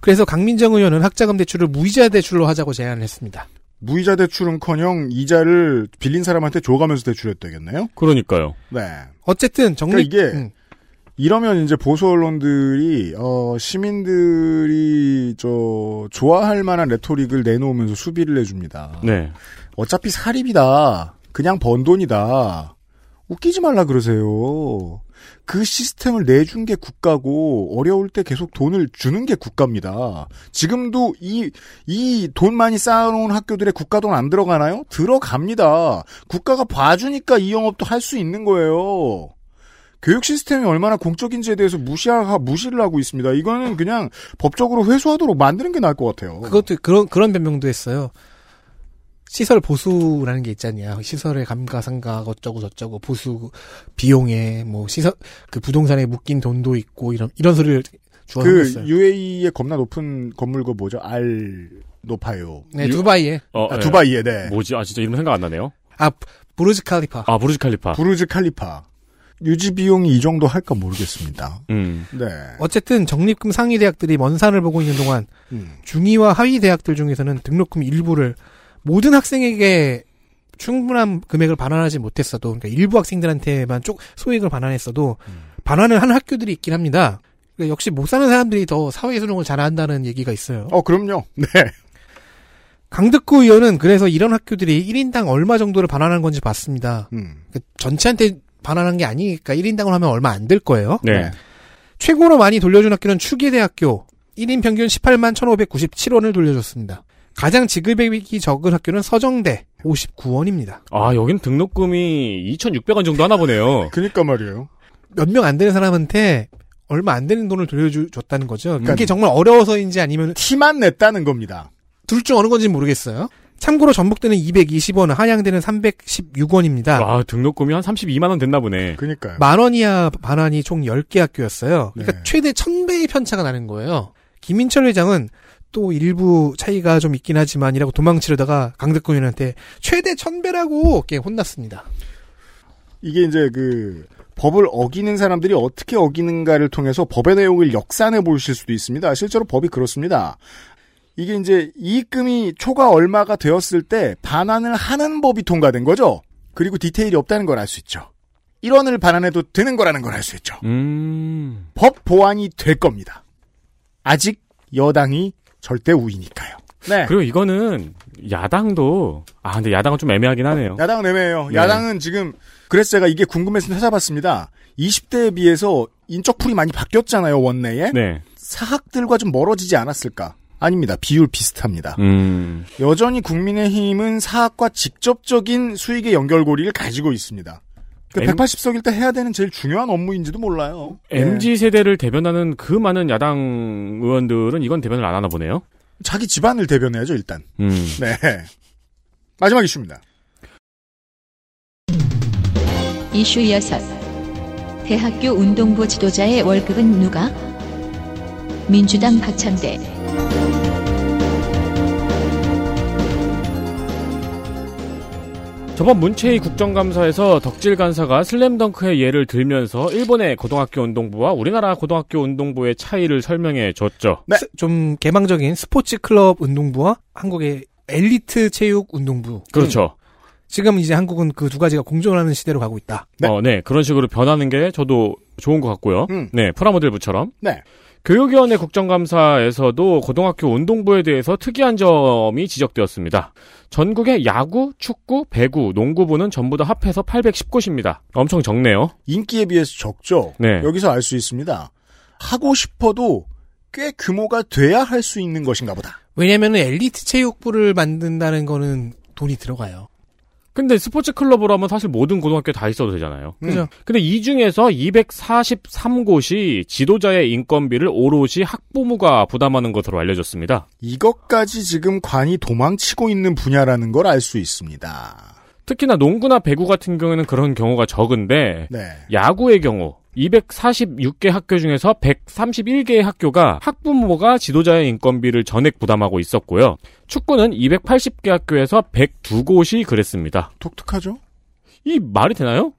Speaker 3: 그래서 강민정 의원은 학자금 대출을 무이자 대출로 하자고 제안을 했습니다.
Speaker 4: 무이자 대출은커녕 이자를 빌린 사람한테 줘가면서 대출했다겠네요.
Speaker 2: 그러니까요.
Speaker 4: 네.
Speaker 3: 어쨌든 정리 음,
Speaker 4: 그러니까 이게 이러면 이제 보수 언론들이 어, 시민들이 저 좋아할 만한 레토릭을 내놓으면서 수비를 해줍니다.
Speaker 2: 네.
Speaker 4: 어차피 사립이다. 그냥 번 돈이다. 웃기지 말라 그러세요. 그 시스템을 내준 게 국가고 어려울 때 계속 돈을 주는 게 국가입니다. 지금도 이 이 돈 많이 쌓아놓은 학교들의 국가 돈 안 들어가나요? 들어갑니다. 국가가 봐주니까 이 영업도 할 수 있는 거예요. 교육 시스템이 얼마나 공적인지에 대해서 무시하 무시를 하고 있습니다. 이거는 그냥 법적으로 회수하도록 만드는 게 나을 것 같아요.
Speaker 3: 그것도 그런 그런 변명도 했어요. 시설 보수라는 게 있잖냐. 시설의 감가상각 어쩌고 저쩌고 보수 비용에 뭐 시설 그 부동산에 묶인 돈도 있고 이런 이런 소리를 주어했
Speaker 4: 그
Speaker 3: 어요
Speaker 4: UAE의 겁나 높은 건물 그 뭐죠? 알 높아요.
Speaker 3: 네, 두바이에
Speaker 2: 어,
Speaker 4: 아,
Speaker 2: 예.
Speaker 4: 두바이에 네.
Speaker 2: 뭐지? 아, 진짜 이름 생각 안 나네요.
Speaker 3: 아 브루즈 칼리파.
Speaker 2: 아, 부르즈 칼리파.
Speaker 4: 부르즈 칼리파. 유지 비용이 이 정도 할까 모르겠습니다.
Speaker 2: 음.
Speaker 4: 네.
Speaker 3: 어쨌든 적립금 상위 대학들이 먼산을 보고 있는 동안
Speaker 4: 음.
Speaker 3: 중위와 하위 대학들 중에서는 등록금 일부를 모든 학생에게 충분한 금액을 반환하지 못했어도 그러니까 일부 학생들한테만 쪽 소액을 반환했어도 반환을 한 학교들이 있긴 합니다. 그러니까 역시 못 사는 사람들이 더 사회 수능을 잘한다는 얘기가 있어요.
Speaker 4: 어 그럼요. 네.
Speaker 3: 강득구 의원은 그래서 이런 학교들이 1인당 얼마 정도를 반환한 건지 봤습니다.
Speaker 4: 음.
Speaker 3: 그 전체한테 반환한 게 아니니까 1인당을 하면 얼마 안 될 거예요.
Speaker 2: 네.
Speaker 3: 최고로 많이 돌려준 학교는 추기대학교. 1인 평균 18만 1,597원을 돌려줬습니다. 가장 지급액이 적은 학교는 서정대 59원입니다.
Speaker 2: 아, 여긴 등록금이 2,600원 정도 하나 보네요.
Speaker 4: 그니까 말이에요.
Speaker 3: 몇 명 안 되는 사람한테 얼마 안 되는 돈을 돌려줬다는 거죠.
Speaker 4: 그러니까-
Speaker 3: 그게 정말 어려워서인지 아니면
Speaker 4: 티만 냈다는 겁니다.
Speaker 3: 둘 중 어느 건지 는 모르겠어요. 참고로 전북대는 220원, 한양대는 316원입니다.
Speaker 2: 아, 등록금이 한 32만원 됐나 보네.
Speaker 4: 그니까요.
Speaker 3: 만 원 이하 반환이 총 10개 학교였어요. 그러니까
Speaker 4: 네.
Speaker 3: 최대 1000배의 편차가 나는 거예요. 김인철 회장은 또 일부 차이가 좀 있긴 하지만이라고 도망치려다가 강득구 의원한테 최대 1000배라고 이렇게 혼났습니다.
Speaker 4: 이게 이제 그 법을 어기는 사람들이 어떻게 어기는가를 통해서 법의 내용을 역산해 보실 수도 있습니다. 실제로 법이 그렇습니다. 이게 이제 이익금이 초과 얼마가 되었을 때 반환을 하는 법이 통과된 거죠. 그리고 디테일이 없다는 걸 알 수 있죠. 1원을 반환해도 되는 거라는 걸 알 수 있죠.
Speaker 2: 음.
Speaker 4: 법 보완이 될 겁니다. 아직 여당이 절대 우위니까요. 네.
Speaker 2: 그리고 이거는 야당도, 아, 근데 야당은 좀 애매하긴 하네요.
Speaker 4: 야당은 애매해요.
Speaker 2: 네.
Speaker 4: 야당은 지금 그래서 제가 이게 궁금해서 찾아봤습니다. 20대에 비해서 인적풀이 많이 바뀌었잖아요 원내에
Speaker 2: 네.
Speaker 4: 사학들과 좀 멀어지지 않았을까? 아닙니다. 비율 비슷합니다.
Speaker 2: 음.
Speaker 4: 여전히 국민의힘은 사학과 직접적인 수익의 연결고리를 가지고 있습니다. 그
Speaker 2: M-
Speaker 4: 180석일 때 해야 되는 제일 중요한 업무인지도 몰라요. 네.
Speaker 2: MZ 세대를 대변하는 그 많은 야당 의원들은 이건 대변을 안 하나 보네요.
Speaker 4: 자기 집안을 대변해야죠 일단.
Speaker 2: 음.
Speaker 4: 네. 마지막 이슈입니다.
Speaker 1: 이슈 6. 대학교 운동부 지도자의 월급은 누가? 민주당 박찬대.
Speaker 2: 저번 문체위 국정감사에서 덕질 간사가 슬램덩크의 예를 들면서 일본의 고등학교 운동부와 우리나라 고등학교 운동부의 차이를 설명해 줬죠.
Speaker 4: 네.
Speaker 3: 스- 좀 개방적인 스포츠 클럽 운동부와 한국의 엘리트 체육 운동부.
Speaker 2: 그렇죠.
Speaker 3: 지금 이제 한국은 그 두 가지가 공존하는 시대로 가고 있다.
Speaker 4: 네.
Speaker 2: 어, 네. 그런 식으로 변하는 게 저도 좋은 것 같고요.
Speaker 4: 음.
Speaker 2: 네. 프라모델부처럼.
Speaker 4: 네.
Speaker 2: 교육위원회 국정감사에서도 고등학교 운동부에 대해서 특이한 점이 지적되었습니다. 전국의 야구, 축구, 배구, 농구부는 전부 다 합해서 810곳입니다. 엄청 적네요.
Speaker 4: 인기에 비해서 적죠.
Speaker 2: 네.
Speaker 4: 여기서 알 수 있습니다. 하고 싶어도 꽤 규모가 돼야 할 수 있는 것인가 보다.
Speaker 3: 왜냐면은 엘리트 체육부를 만든다는 거는 돈이 들어가요.
Speaker 2: 근데 스포츠 클럽으로 하면 사실 모든 고등학교 다 있어도 되잖아요.
Speaker 3: 그죠?
Speaker 2: 근데 이 중에서 243곳이 지도자의 인건비를 오롯이 학부모가 부담하는 것으로 알려졌습니다.
Speaker 4: 이것까지 지금 관이 도망치고 있는 분야라는 걸 알 수 있습니다.
Speaker 2: 특히나 농구나 배구 같은 경우에는 그런 경우가 적은데
Speaker 4: 네.
Speaker 2: 야구의 경우 246개 학교 중에서 131개의 학교가 학부모가 지도자의 인건비를 전액 부담하고 있었고요. 축구는 280개 학교에서 102곳이 그랬습니다.
Speaker 4: 독특하죠?
Speaker 2: 이 말이 되나요?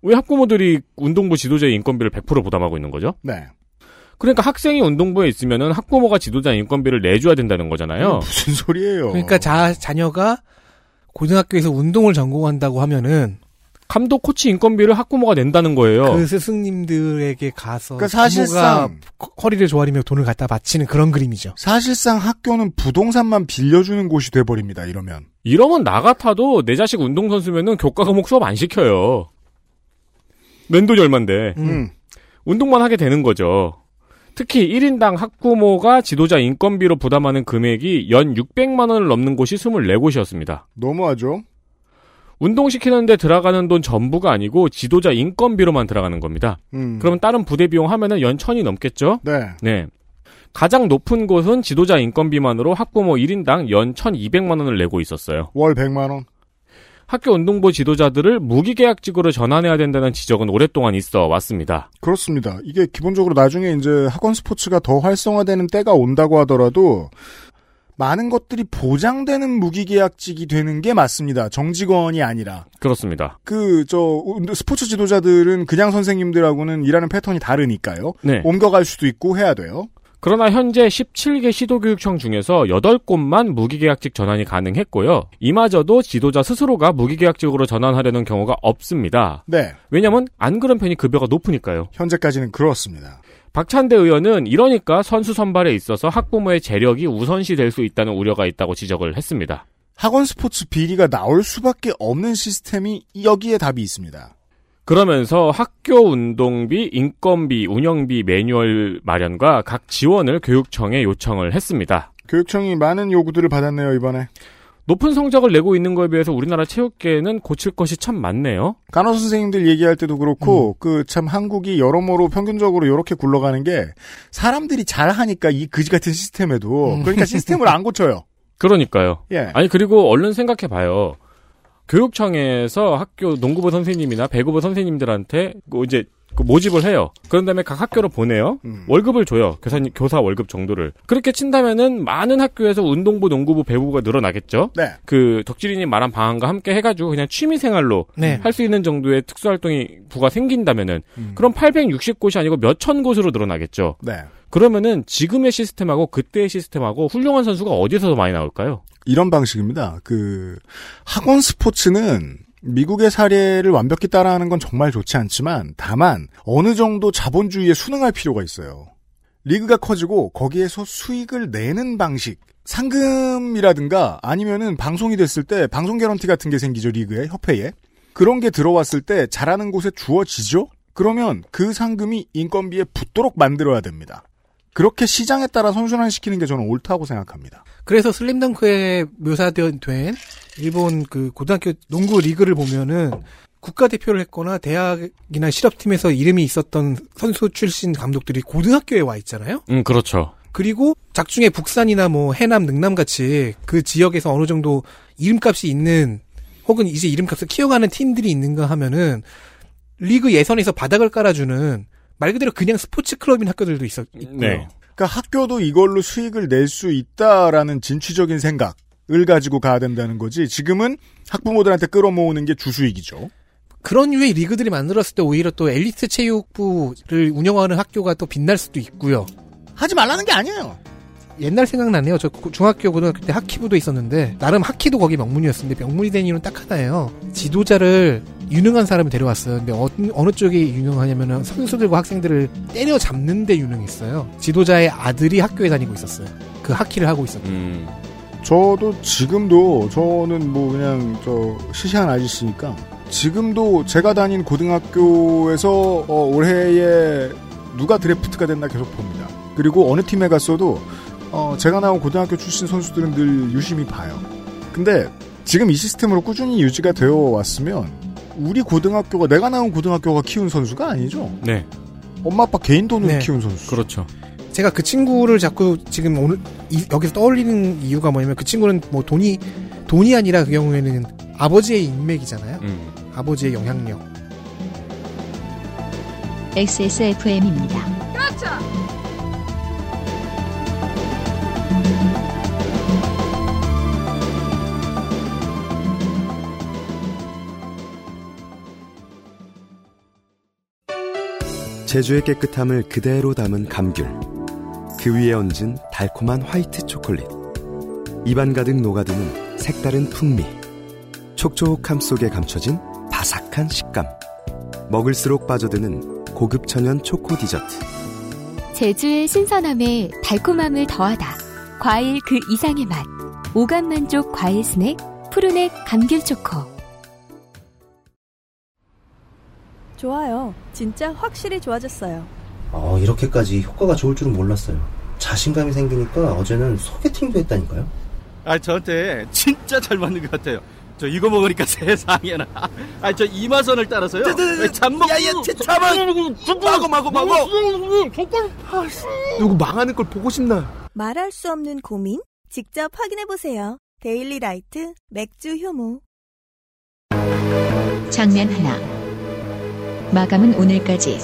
Speaker 2: 왜 학부모들이 운동부 지도자의 인건비를 100% 부담하고 있는 거죠?
Speaker 4: 네.
Speaker 2: 그러니까 학생이 운동부에 있으면은 학부모가 지도자 인건비를 내줘야 된다는 거잖아요.
Speaker 4: 무슨 소리예요?
Speaker 3: 그러니까 자, 자녀가 고등학교에서 운동을 전공한다고 하면은
Speaker 2: 감독 코치 인건비를 학부모가 낸다는 거예요.
Speaker 3: 그 스승님들에게 가서
Speaker 4: 어. 그러니까 사실상
Speaker 3: 부모가 허리를 조아리며 돈을 갖다 바치는 그런 그림이죠.
Speaker 4: 사실상 학교는 부동산만 빌려주는 곳이 돼버립니다. 이러면
Speaker 2: 이러면 나 같아도 내 자식 운동선수면은 교과 과목 수업 안 시켜요. 면돈이 얼만데.
Speaker 4: 음.
Speaker 2: 운동만 하게 되는 거죠. 특히 1인당 학부모가 지도자 인건비로 부담하는 금액이 연 600만 원을 넘는 곳이 24곳이었습니다.
Speaker 4: 너무하죠.
Speaker 2: 운동시키는데 들어가는 돈 전부가 아니고 지도자 인건비로만 들어가는 겁니다.
Speaker 4: 음.
Speaker 2: 그러면 다른 부대 비용 하면은 연 천이 넘겠죠?
Speaker 4: 네.
Speaker 2: 네. 가장 높은 곳은 지도자 인건비만으로 학부모 1인당 연 1,200만 원을 내고 있었어요.
Speaker 4: 월 100만 원.
Speaker 2: 학교 운동부 지도자들을 무기계약직으로 전환해야 된다는 지적은 오랫동안 있어 왔습니다.
Speaker 4: 그렇습니다. 이게 기본적으로 나중에 이제 학원 스포츠가 더 활성화되는 때가 온다고 하더라도 많은 것들이 보장되는 무기계약직이 되는 게 맞습니다. 정직원이 아니라
Speaker 2: 그렇습니다.
Speaker 4: 그 저 스포츠 지도자들은 그냥 선생님들하고는 일하는 패턴이 다르니까요.
Speaker 2: 네.
Speaker 4: 옮겨갈 수도 있고 해야 돼요.
Speaker 2: 그러나 현재 17개 시도교육청 중에서 8곳만 무기계약직 전환이 가능했고요. 이마저도 지도자 스스로가 무기계약직으로 전환하려는 경우가 없습니다.
Speaker 4: 네,
Speaker 2: 왜냐면 안 그런 편이 급여가 높으니까요.
Speaker 4: 현재까지는 그렇습니다.
Speaker 2: 박찬대 의원은 이러니까 선수 선발에 있어서 학부모의 재력이 우선시 될 수 있다는 우려가 있다고 지적을 했습니다.
Speaker 4: 학원 스포츠 비리가 나올 수밖에 없는 시스템이 여기에 답이 있습니다.
Speaker 2: 그러면서 학교 운동비, 인건비, 운영비 매뉴얼 마련과 각 지원을 교육청에 요청을 했습니다.
Speaker 4: 교육청이 많은 요구들을 받았네요, 이번에.
Speaker 2: 높은 성적을 내고 있는 거에 비해서 우리나라 체육계에는 고칠 것이 참 많네요.
Speaker 4: 간호 선생님들 얘기할 때도
Speaker 2: 음.
Speaker 4: 그렇고 그 참 한국이 여러모로 평균적으로 이렇게 굴러가는 게 사람들이 잘하니까 이 그지 같은 시스템에도 그러니까 시스템을 안 고쳐요.
Speaker 2: 그러니까요.
Speaker 4: 예.
Speaker 2: 음. 아니 그리고 얼른 생각해 봐요. 교육청에서 학교 농구부 선생님이나 배구부 선생님들한테 그 이제 그 모집을 해요. 그런 다음에 각 학교로 보내요.
Speaker 4: 음.
Speaker 2: 월급을 줘요. 교사님 교사 월급 정도를. 그렇게 친다면은 많은 학교에서 운동부, 농구부, 배구부가 늘어나겠죠.
Speaker 4: 네.
Speaker 2: 그 덕질인이 말한 방안과 함께 해가지고 그냥 취미 생활로
Speaker 3: 네.
Speaker 2: 할 수 있는 정도의 특수활동이 부가 생긴다면은
Speaker 4: 음.
Speaker 2: 그럼 860곳이 아니고 몇 천 곳으로 늘어나겠죠.
Speaker 4: 네.
Speaker 2: 그러면은 지금의 시스템하고 그때의 시스템하고 훌륭한 선수가 어디서 더 많이 나올까요?
Speaker 4: 이런 방식입니다. 그 학원 스포츠는 미국의 사례를 완벽히 따라하는 건 정말 좋지 않지만 다만 어느 정도 자본주의에 순응할 필요가 있어요. 리그가 커지고 거기에서 수익을 내는 방식 상금이라든가 아니면은 방송이 됐을 때 방송 개런티 같은 게 생기죠 리그에 협회에 그런 게 들어왔을 때 잘하는 곳에 주어지죠 그러면 그 상금이 인건비에 붙도록 만들어야 됩니다 그렇게 시장에 따라 선순환시키는 게 저는 옳다고 생각합니다
Speaker 3: 그래서 슬림덩크에 묘사된 된 일본 그 고등학교 농구 리그를 보면은 국가대표를 했거나 대학이나 실업팀에서 이름이 있었던 선수 출신 감독들이 고등학교에 와 있잖아요.
Speaker 2: 음 그렇죠.
Speaker 3: 그리고 작중에 북산이나 뭐 해남, 능남 같이 그 지역에서 어느 정도 이름값이 있는 혹은 이제 이름값을 키워가는 팀들이 있는가 하면은 리그 예선에서 바닥을 깔아주는 말 그대로 그냥 스포츠 클럽인 학교들도 있어 있고요.
Speaker 2: 네.
Speaker 4: 그러니까 학교도 이걸로 수익을 낼 수 있다라는 진취적인 생각을 가지고 가야 된다는 거지 지금은 학부모들한테 끌어모으는 게 주수익이죠
Speaker 3: 그런 유의 리그들이 만들었을 때 오히려 또 엘리트 체육부를 운영하는 학교가 또 빛날 수도 있고요.
Speaker 4: 하지 말라는 게 아니에요
Speaker 3: 옛날 생각나네요. 저 고- 중학교 고등학교 때 하키부도 있었는데 나름 하키도 거기 명문이었는데 명문이 된 이유는 딱 하나예요. 지도자를 유능한 사람을 데려왔어요. 근데 어, 어느 쪽이 유능하냐면은 선수들과 학생들을 때려 잡는데 유능했어요. 지도자의 아들이 학교에 다니고 있었어요. 그 하키를 하고 있었고
Speaker 2: 음.
Speaker 4: 저도 지금도 저는 뭐 그냥 저 시시한 아저씨니까 지금도 제가 다닌 고등학교에서 어, 올해에 누가 드래프트가 됐나 계속 봅니다. 그리고 어느 팀에 갔어도 어, 제가 나온 고등학교 출신 선수들은 늘 유심히 봐요. 근데 지금 이 시스템으로 꾸준히 유지가 되어 왔으면 우리 고등학교가 내가 나온 고등학교가 키운 선수가 아니죠.
Speaker 2: 네.
Speaker 4: 엄마 아빠 개인 돈으로
Speaker 3: 네.
Speaker 4: 키운 선수.
Speaker 2: 그렇죠.
Speaker 3: 제가 그 친구를 자꾸 지금 오늘 이- 여기서 떠올리는 이유가 뭐냐면 그 친구는 뭐 돈이 돈이 아니라 그 경우에는 아버지의 인맥이잖아요.
Speaker 2: 음.
Speaker 3: 아버지의 영향력.
Speaker 1: XSFM입니다.
Speaker 8: 제주의 깨끗함을 그대로 담은 감귤. 그 위에 얹은 달콤한 화이트 초콜릿. 입안 가득 녹아드는 색다른 풍미. 촉촉함 속에 감춰진 바삭한 식감. 먹을수록 빠져드는 고급 천연 초코 디저트.
Speaker 5: 제주의 신선함에 달콤함을 더하다. 과일 그 이상의 맛. 오감 만족 과일 스낵 푸르넥 감귤 초코.
Speaker 6: 좋아요. 진짜 확실히 좋아졌어요.
Speaker 9: 어, 이렇게까지 효과가 좋을 줄은 몰랐어요. 자신감이 생기니까 어제는 소개팅도 했다니까요.
Speaker 10: 아 저한테 진짜 잘 맞는 것 같아요. 저 이거 먹으니까 세상에나. 아 저 이마선을 따라서요. 잠먹. 야야 잠만. 마고 마고 마고.
Speaker 7: 누구 망하는 걸 보고 싶나?
Speaker 6: 말할 수 없는 고민? 직접 확인해보세요. 데일리 라이트 맥주 효모.
Speaker 1: 장면 하나. 마감은 오늘까지.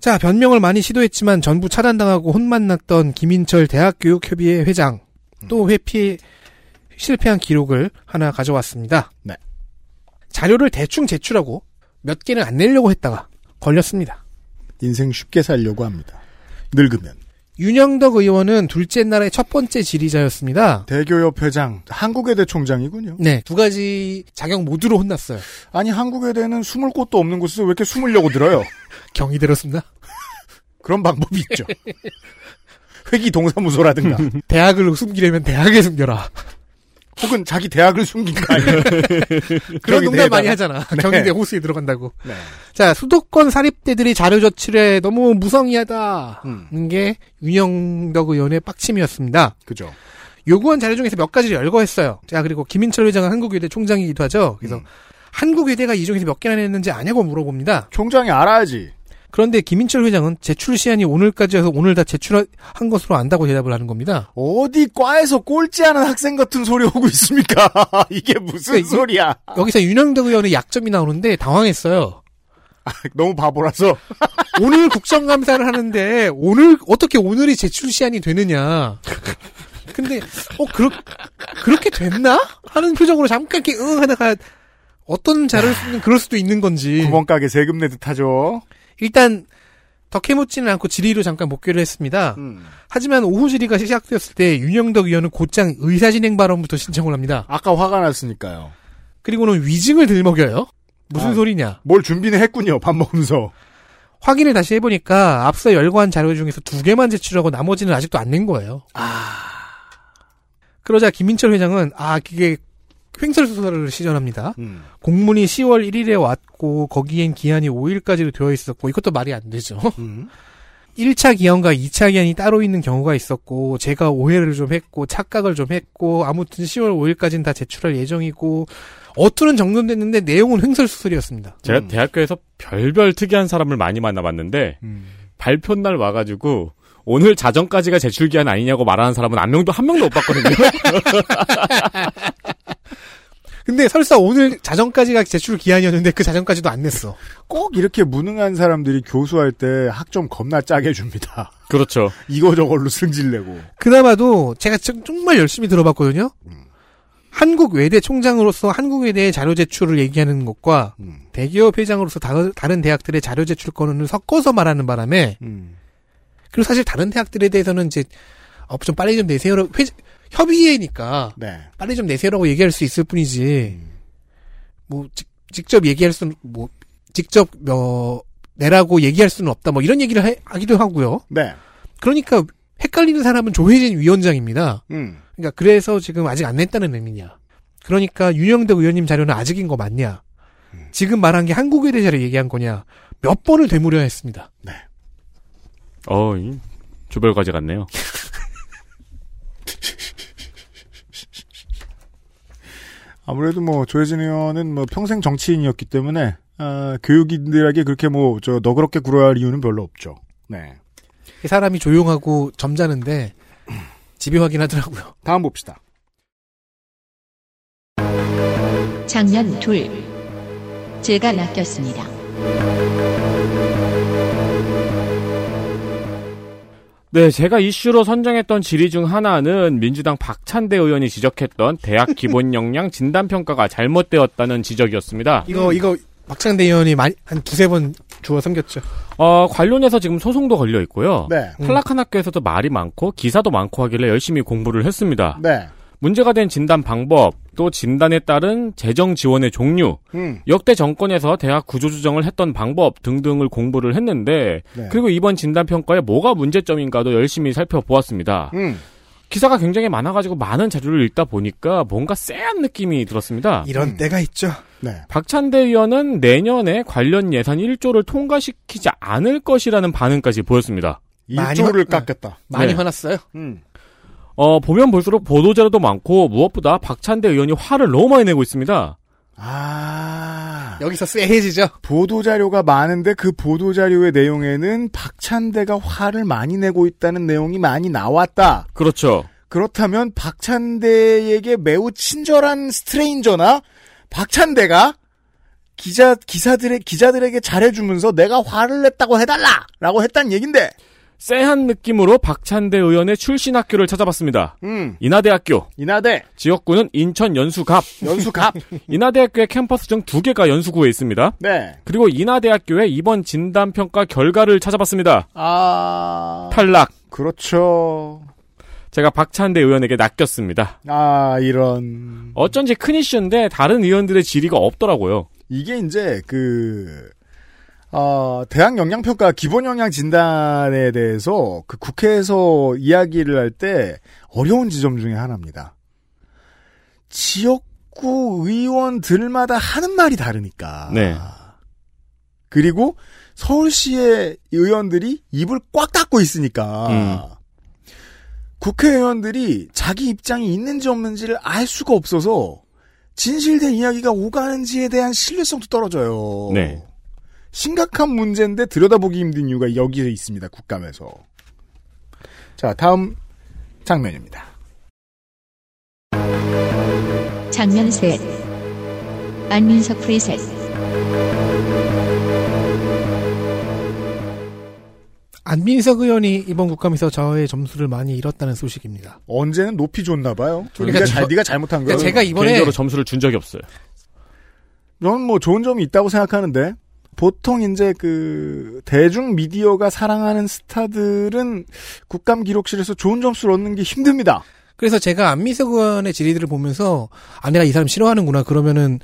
Speaker 3: 자, 변명을 많이 시도했지만 전부 차단당하고 혼만 났던 김인철 대학교육협의회 회장.
Speaker 4: 음.
Speaker 3: 또 회피 실패한 기록을 하나 가져왔습니다.
Speaker 4: 네.
Speaker 3: 자료를 대충 제출하고 몇 개는 안 내려고 했다가 걸렸습니다.
Speaker 4: 인생 쉽게 살려고 합니다. 늙으면.
Speaker 3: 윤영덕 의원은 둘째 날의 첫 번째 질의자였습니다.
Speaker 4: 대교협 회장, 한국외대 총장이군요.
Speaker 3: 네, 두 가지 자격 모두로 혼났어요.
Speaker 4: 아니 한국외대는 숨을 곳도 없는 곳에서 왜 이렇게 숨으려고 들어요?
Speaker 3: 경이 들었습니다.
Speaker 4: 그런 방법이 있죠. 회기 동사무소라든가
Speaker 3: 대학을 숨기려면 대학에 숨겨라.
Speaker 4: 혹은 자기 대학을 숨긴 거 아니에요?
Speaker 3: 그런 농담 많이
Speaker 4: 경희대에다가.
Speaker 3: 하잖아.
Speaker 4: 네.
Speaker 3: 경희대 호수에 들어간다고.
Speaker 4: 네.
Speaker 3: 자, 수도권 사립대들이 자료 저출에 너무 무성의하다. 음, 는게 윤영덕 의원의 빡침이었습니다.
Speaker 4: 그죠.
Speaker 3: 요구한 자료 중에서 몇 가지를 열거했어요. 자, 그리고 김인철 회장은 한국외대 총장이기도 하죠. 그래서 한국외대가 이 중에서 몇 개나 냈는지 아냐고 물어봅니다.
Speaker 4: 총장이 알아야지.
Speaker 3: 그런데 김인철 회장은 제출 시한이 오늘까지여서 오늘 다 제출한 것으로 안다고 대답을 하는 겁니다.
Speaker 4: 어디 과에서 꼴찌 하는 학생 같은 소리 오고 있습니까? 네, 이게 무슨
Speaker 3: 그러니까 이-
Speaker 4: 소리야?
Speaker 3: 여기서 윤영덕 의원의 약점이 나오는데 당황했어요.
Speaker 4: 너무 바보라서
Speaker 3: 오늘 국정감사를 하는데 오늘 어떻게 오늘이 제출 시한이 되느냐. 근데 어 그렇 그렇게 됐나 하는 표정으로 잠깐 이렇게 응 하다가 어떤 자를 쓰는 그럴 수도 있는 건지
Speaker 4: 구멍 가게 세금 내듯 하죠.
Speaker 3: 일단 더 캐묻지는 않고 질의로 잠깐 목격을 했습니다.
Speaker 4: 음.
Speaker 3: 하지만 오후 질의가 시작되었을 때 윤영덕 의원은 곧장 의사진행 발언부터 신청을 합니다.
Speaker 4: 아까 화가 났으니까요.
Speaker 3: 그리고는 위증을 들먹여요. 무슨
Speaker 4: 아.
Speaker 3: 소리냐?
Speaker 4: 뭘 준비는 했군요. 밥 먹으면서.
Speaker 3: 확인을 다시 해보니까 앞서 열거한 자료 중에서 두 개만 제출하고 나머지는 아직도 안 낸 거예요. 그러자 김인철 회장은 아 그게 횡설 수사를 시전합니다.
Speaker 4: 음.
Speaker 3: 공문이 10월 1일에 왔고 거기엔 기한이 5일까지로 되어 있었고 이것도 말이 안 되죠. 1차 기한과 2차 기한이 따로 있는 경우가 있었고 제가 오해를 좀 했고 착각을 좀 했고 아무튼 10월 5일까지는 다 제출할 예정이고 어투는 정돈됐는데 내용은 횡설수설이었습니다.
Speaker 2: 제가 대학교에서 별별 특이한 사람을 많이 만나봤는데 발표 날 와가지고 오늘 자정까지가 제출 기한 아니냐고 말하는 사람은 안 명도 한 명도 못 봤거든요.
Speaker 3: 근데 설사 오늘 자정까지가 제출 기한이었는데 그 자정까지도 안 냈어.
Speaker 4: 꼭 이렇게 무능한 사람들이 교수할 때 학점 겁나 짜게 줍니다.
Speaker 2: 그렇죠.
Speaker 4: 이거 저걸로 승질내고.
Speaker 3: 그나마도 제가 지금 정말 열심히 들어봤거든요. 한국 외대 총장으로서 한국 외대의 자료 제출을 얘기하는 것과
Speaker 4: 음.
Speaker 3: 대기업 회장으로서 다- 다른 대학들의 자료 제출 건을 섞어서 말하는 바람에
Speaker 4: 음.
Speaker 3: 그리고 사실 다른 대학들에 대해서는 이제 어, 좀 빨리 좀 내세요라 회, 협의회니까
Speaker 4: 네.
Speaker 3: 빨리 좀 내세요라고 얘기할 수 있을
Speaker 4: 예.
Speaker 3: 뿐이지 뭐 직, 직접 얘기할 수는 뭐 직접 어, 내라고 얘기할 수는 없다 뭐 이런 얘기를 하, 하기도 하고요.
Speaker 4: 네.
Speaker 3: 그러니까 헷갈리는 사람은 조혜진 위원장입니다.
Speaker 4: 음.
Speaker 3: 그러니까 그래서 지금 아직 안 냈다는 의미냐. 그러니까 윤영덕 의원님 자료는 아직인 거 맞냐. 지금 말한 게 한국에 대해서 얘기한 거냐. 몇 번을 되물려 했습니다.
Speaker 2: 어, 이 조별 과제 같네요.
Speaker 4: 아무래도 뭐 조혜진 의원은 뭐 평생 정치인이었기 때문에 아, 교육인들에게 그렇게 뭐 저 너그럽게 굴어야 할 이유는 별로 없죠. 네.
Speaker 3: 이 사람이 조용하고 점잖은데 집요하긴 하더라고요.
Speaker 4: 다음 봅시다.
Speaker 1: 작년 둘. 제가 낚였습니다.
Speaker 2: 네, 제가 이슈로 선정했던 질의 중 하나는 민주당 박찬대 의원이 지적했던 대학 기본 역량 진단 평가가 잘못되었다는 지적이었습니다.
Speaker 3: 이거 이거 박창대 의원이 많이- 한 두세 번 주워 섬겼죠.
Speaker 2: 어, 관련해서 지금 소송도 걸려 있고요.
Speaker 4: 네.
Speaker 2: 탈락한 학교에서도 말이 많고 기사도 많고 하길래 열심히 공부를 했습니다.
Speaker 4: 네.
Speaker 2: 문제가 된 진단 방법, 또 진단에 따른 재정 지원의 종류,
Speaker 4: 음.
Speaker 2: 역대 정권에서 대학 구조조정을 했던 방법 등등을 공부를 했는데,
Speaker 4: 네.
Speaker 2: 그리고 이번 진단평가에 뭐가 문제점인가도 열심히 살펴보았습니다.
Speaker 4: 음.
Speaker 2: 기사가 굉장히 많아가지고 많은 자료를 읽다 보니까 뭔가 쎄한 느낌이 들었습니다.
Speaker 4: 예.
Speaker 3: 이런 때가 있죠.
Speaker 4: 네.
Speaker 2: 박찬대 의원은 내년에 관련 예산 1조를 통과시키지 않을 것이라는 반응까지 보였습니다.
Speaker 3: 많이
Speaker 4: 일조를
Speaker 3: 화-
Speaker 4: 깎겠다.
Speaker 3: 많이
Speaker 2: 네.
Speaker 3: 화났어요.
Speaker 4: 음.
Speaker 2: 어, 보면 볼수록 보도자료도 많고 무엇보다 박찬대 의원이 화를 너무 많이 내고 있습니다.
Speaker 4: 아.
Speaker 3: 여기서 쎄해지죠.
Speaker 4: 보도 자료가 많은데 그 보도 자료의 내용에는 박찬대가 화를 많이 내고 있다는 내용이 많이 나왔다.
Speaker 2: 그렇죠.
Speaker 4: 그렇다면 박찬대에게 매우 친절한 스트레인저나 박찬대가 기자 기사들의 기자들에게 잘해주면서 내가 화를 냈다고 해달라라고 했단 얘긴데.
Speaker 2: 쎄한 느낌으로 박찬대 의원의 출신 학교를 찾아봤습니다.
Speaker 4: 음
Speaker 2: 인하대학교,
Speaker 4: 이나대
Speaker 2: 지역구는 인천 연수갑.
Speaker 4: 연수갑.
Speaker 2: 인하대학교의 캠퍼스 중 두 개가 연수구에 있습니다.
Speaker 4: 네.
Speaker 2: 그리고 인하대학교의 이번 진단평가 결과를 찾아봤습니다.
Speaker 4: 아
Speaker 2: 탈락,
Speaker 4: 그렇죠.
Speaker 2: 제가 박찬대 의원에게 낚였습니다.
Speaker 4: 아, 이런.
Speaker 2: 어쩐지 큰 이슈인데 다른 의원들의 질의가 없더라고요.
Speaker 4: 이게 이제 그, 어, 대학 영양평가 기본 영양 진단에 대해서 그 국회에서 이야기를 할 때 어려운 지점 중에 하나입니다. 지역구 의원들마다 하는 말이 다르니까.
Speaker 2: 네.
Speaker 4: 그리고 서울시의 의원들이 입을 꽉 닫고 있으니까. 국회의원들이 자기 입장이 있는지 없는지를 알 수가 없어서 진실된 이야기가 오가는지에 대한 신뢰성도 떨어져요.
Speaker 2: 네.
Speaker 4: 심각한 문제인데 들여다보기 힘든 이유가 여기에 있습니다. 국감에서. 자, 다음 장면입니다.
Speaker 1: 장면 셋 안민석 프리셋
Speaker 3: 안민석 의원이 이번 국감에서 저의 점수를 많이 잃었다는 소식입니다.
Speaker 4: 언제는 높이 줬나 봐요.
Speaker 3: 그러니까
Speaker 4: 네가, 잘,
Speaker 3: 저-
Speaker 4: 네가 잘못한 거야.
Speaker 3: 그러니까 제가 이번에
Speaker 2: 개인적으로 점수를 준 적이 없어요.
Speaker 4: 저는 뭐 좋은 점이 있다고 생각하는데 보통 이제 그 대중 미디어가 사랑하는 스타들은 국감 기록실에서 좋은 점수를 얻는 게 힘듭니다.
Speaker 3: 그래서 제가 안민석 의원의 질의들을 보면서 아 내가 이 사람 싫어하는구나 그러면은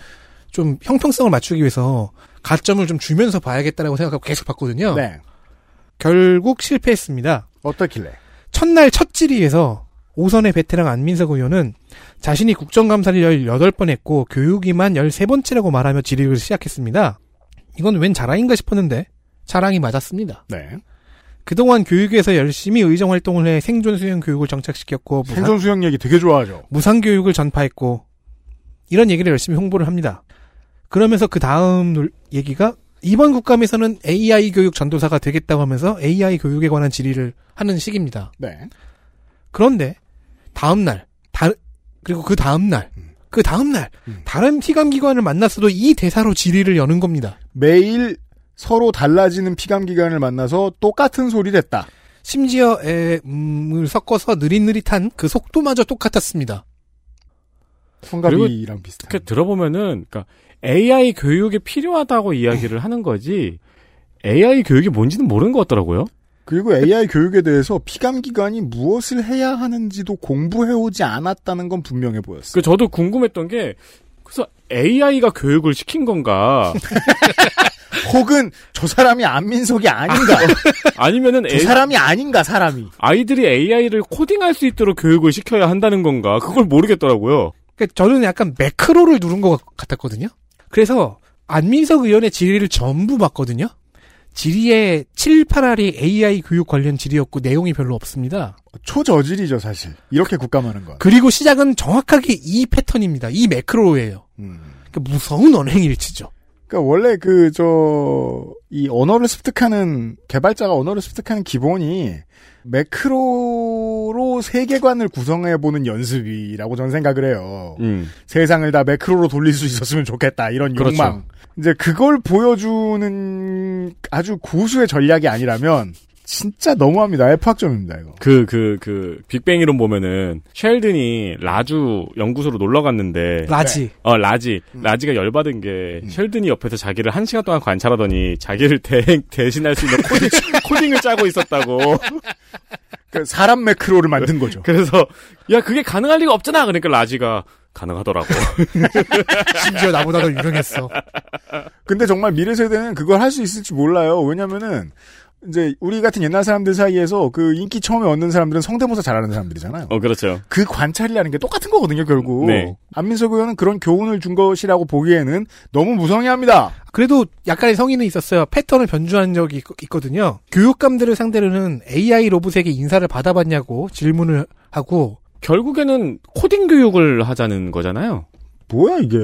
Speaker 3: 좀 형평성을 맞추기 위해서 가점을 좀 주면서 봐야겠다라고 생각하고 계속 봤거든요.
Speaker 4: 네.
Speaker 3: 결국 실패했습니다.
Speaker 4: 어떻길래?
Speaker 3: 첫날 첫 질의에서 오선의 베테랑 안민석 의원은 자신이 국정감사를 18번 했고 교육이만 13번째라고 말하며 질의를 시작했습니다. 이건 웬 자랑인가 싶었는데 자랑이 맞았습니다.
Speaker 4: 네.
Speaker 3: 그동안 교육에서 열심히 의정활동을 해 생존수영 교육을 정착시켰고 무상-
Speaker 4: 생존 수영 얘기 되게 좋아하죠.
Speaker 3: 무상교육을 전파했고 이런 얘기를 열심히 홍보를 합니다. 그러면서 그 다음 놀- 얘기가 이번 국감에서는 AI 교육 전도사가 되겠다고 하면서 AI 교육에 관한 질의를 하는 시기입니다.
Speaker 4: 네.
Speaker 3: 그런데 다음 날, 다, 그리고 그 다음 날, 그 다음 날 다른 피감 기관을 만났어도 이 대사로 질의를 여는 겁니다.
Speaker 4: 매일 서로 달라지는 피감 기관을 만나서 똑같은 소리를 했다.
Speaker 3: 심지어 에, 음을 섞어서 느릿느릿한 그 속도마저 똑같았습니다.
Speaker 4: 성가비랑 비슷한.
Speaker 2: 이렇게 들어보면은 그러니까 AI 교육이 필요하다고 이야기를 하는 거지 AI 교육이 뭔지는 모르는 것 같더라고요.
Speaker 4: 그리고 AI 교육에 대해서 피감 기관이 무엇을 해야 하는지도 공부해 오지 않았다는 건 분명해 보였어요.
Speaker 2: 그 저도 궁금했던 게 그래서 AI가 교육을 시킨 건가
Speaker 4: 그 혹은 저 사람이 안민석이 아닌가?
Speaker 2: 아니면은
Speaker 4: 저
Speaker 2: A-
Speaker 4: 사람이 아닌가 사람이.
Speaker 2: 아이들이 AI를 코딩할 수 있도록 교육을 시켜야 한다는 건가 그걸 모르겠더라고요.
Speaker 3: 그러니까 저는 약간 매크로를 누른 것 같았거든요. 그래서 안민석 의원의 질의를 전부 봤거든요. 질의에 7, 8알이 AI 교육 관련 질의였고 내용이 별로 없습니다.
Speaker 4: 초저질이죠 사실. 이렇게 국감하는 건.
Speaker 3: 그리고 시작은 정확하게 이 패턴입니다. 이 매크로예요.
Speaker 4: 음.
Speaker 3: 그러니까 무서운 언행일치죠.
Speaker 4: 그러니까 원래 그 저 이 언어를 습득하는 개발자가 언어를 습득하는 기본이 매크로로 세계관을 구성해 보는 연습이라고 저는 생각을 해요.
Speaker 2: 음.
Speaker 4: 세상을 다 매크로로 돌릴 수 있었으면 좋겠다 이런
Speaker 2: 그렇죠.
Speaker 4: 욕망. 이제 그걸 보여주는 아주 고수의 전략이 아니라면 진짜 너무합니다. F학점입니다 이거.
Speaker 2: 그, 그, 그, 빅뱅 이론 보면은, 셸든이 라주 연구소로 놀러 갔는데,
Speaker 3: 라지.
Speaker 2: 어, 라지. 라지가 열받은 게, 셸든이 옆에서 자기를 한 시간 동안 관찰하더니, 자기를 대, 대신할 수 있는 코딩, 코딩을 짜고 있었다고.
Speaker 4: 그러니까 사람 매크로를 만든 거죠.
Speaker 2: 그래서, 야, 그게 가능할 리가 없잖아! 그러니까 라지가, 가능하더라고.
Speaker 3: 심지어 나보다 더 유명했어.
Speaker 4: 근데 정말 미래 세대는 그걸 할 수 있을지 몰라요. 왜냐면은 이제 우리 같은 옛날 사람들 사이에서 그 인기 처음에 얻는 사람들은 성대모사 잘하는 사람들이잖아요.
Speaker 2: 어, 그렇죠.
Speaker 4: 그 관찰이라는 게 똑같은 거거든요, 결국.
Speaker 2: 네.
Speaker 4: 안민석 의원은 그런 교훈을 준 것이라고 보기에는 너무 무성의합니다.
Speaker 3: 그래도 약간의 성의는 있었어요. 패턴을 변주한 적이 있- 있거든요. 교육감들을 상대로는 AI 로봇에게 인사를 받아봤냐고 질문을 하고
Speaker 2: 결국에는 코딩 교육을 하자는 거잖아요.
Speaker 4: 뭐야 이게?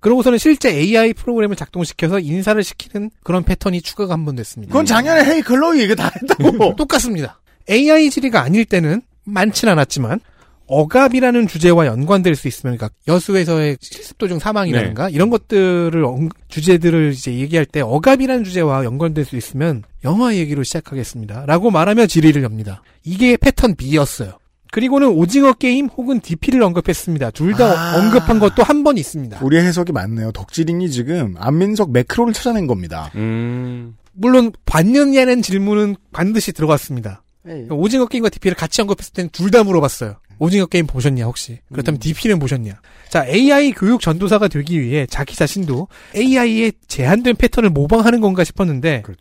Speaker 3: 그러고서는 실제 AI 프로그램을 작동시켜서 인사를 시키는 그런 패턴이 추가가 한 번 됐습니다.
Speaker 4: 그건 작년에 헤이 클로이 이게 다 했다고.
Speaker 3: 똑같습니다. AI 질의가 아닐 때는 많진 않았지만 억압이라는 주제와 연관될 수 있으면 그러니까 여수에서의 실습 도중 사망이라든가 이런 것들을 엉- 주제들을 이제 얘기할 때 억압이라는 주제와 연관될 수 있으면 영화 얘기로 시작하겠습니다라고 말하며 질의를 엽니다. 이게 패턴 B였어요. 그리고는 오징어 게임 혹은 DP를 언급했습니다. 둘 다
Speaker 4: 아.
Speaker 3: 언급한 것도 한 번 있습니다.
Speaker 4: 우리의 해석이 맞네요. 덕질인이 지금 안민석 매크로를 찾아낸 겁니다.
Speaker 2: 음.
Speaker 3: 물론 받느냐는 질문은 반드시 들어갔습니다. 그러니까 오징어 게임과 DP를 같이 언급했을 때는 둘 다 물어봤어요. 오징어 게임 보셨냐 혹시? 그렇다면 DP는 보셨냐? 자 AI 교육 전도사가 되기 위해 자기 자신도 AI의 제한된 패턴을 모방하는 건가 싶었는데
Speaker 4: 그-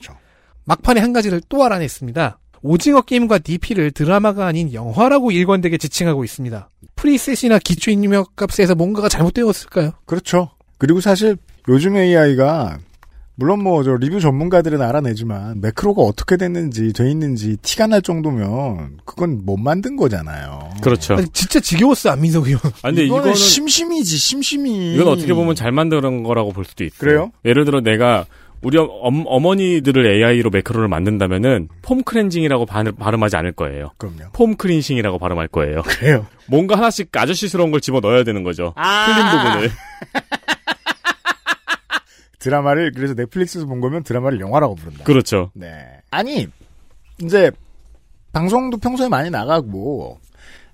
Speaker 3: 막판에 한 가지를 또 알아냈습니다. 오징어 게임과 DP를 드라마가 아닌 영화라고 일관되게 지칭하고 있습니다. 프리셋이나 기초 입력 값에서 뭔가가 잘못되었을까요?
Speaker 4: 그렇죠. 그리고 사실 요즘 AI가 물론 뭐 저 리뷰 전문가들은 알아내지만 매크로가 어떻게 됐는지 돼 있는지 티가 날 정도면 그건 못 만든 거잖아요.
Speaker 2: 그렇죠.
Speaker 3: 아니, 진짜 지겨웠어 안민석 의원.
Speaker 2: 아, 근데
Speaker 4: 이거는
Speaker 2: 이거는-
Speaker 4: 심심이지 심심이.
Speaker 2: 이건 어떻게 보면 잘 만든 거라고 볼 수도 있어요.
Speaker 4: 그래요?
Speaker 2: 예를 들어 내가 우리 엄, 어머니들을 AI로 매크로를 만든다면은 폼 크렌징이라고 발음, 발음하지 않을 거예요.
Speaker 4: 그럼요.
Speaker 2: 폼 크린싱이라고 발음할 거예요.
Speaker 4: 그래요.
Speaker 2: 뭔가 하나씩 아저씨스러운 걸 집어 넣어야 되는 거죠. 틀린 부분을.
Speaker 4: 드라마를 그래서 넷플릭스에서 본 거면 드라마를 영화라고 부른다.
Speaker 2: 그렇죠.
Speaker 4: 네. 아니 이제 방송도 평소에 많이 나가고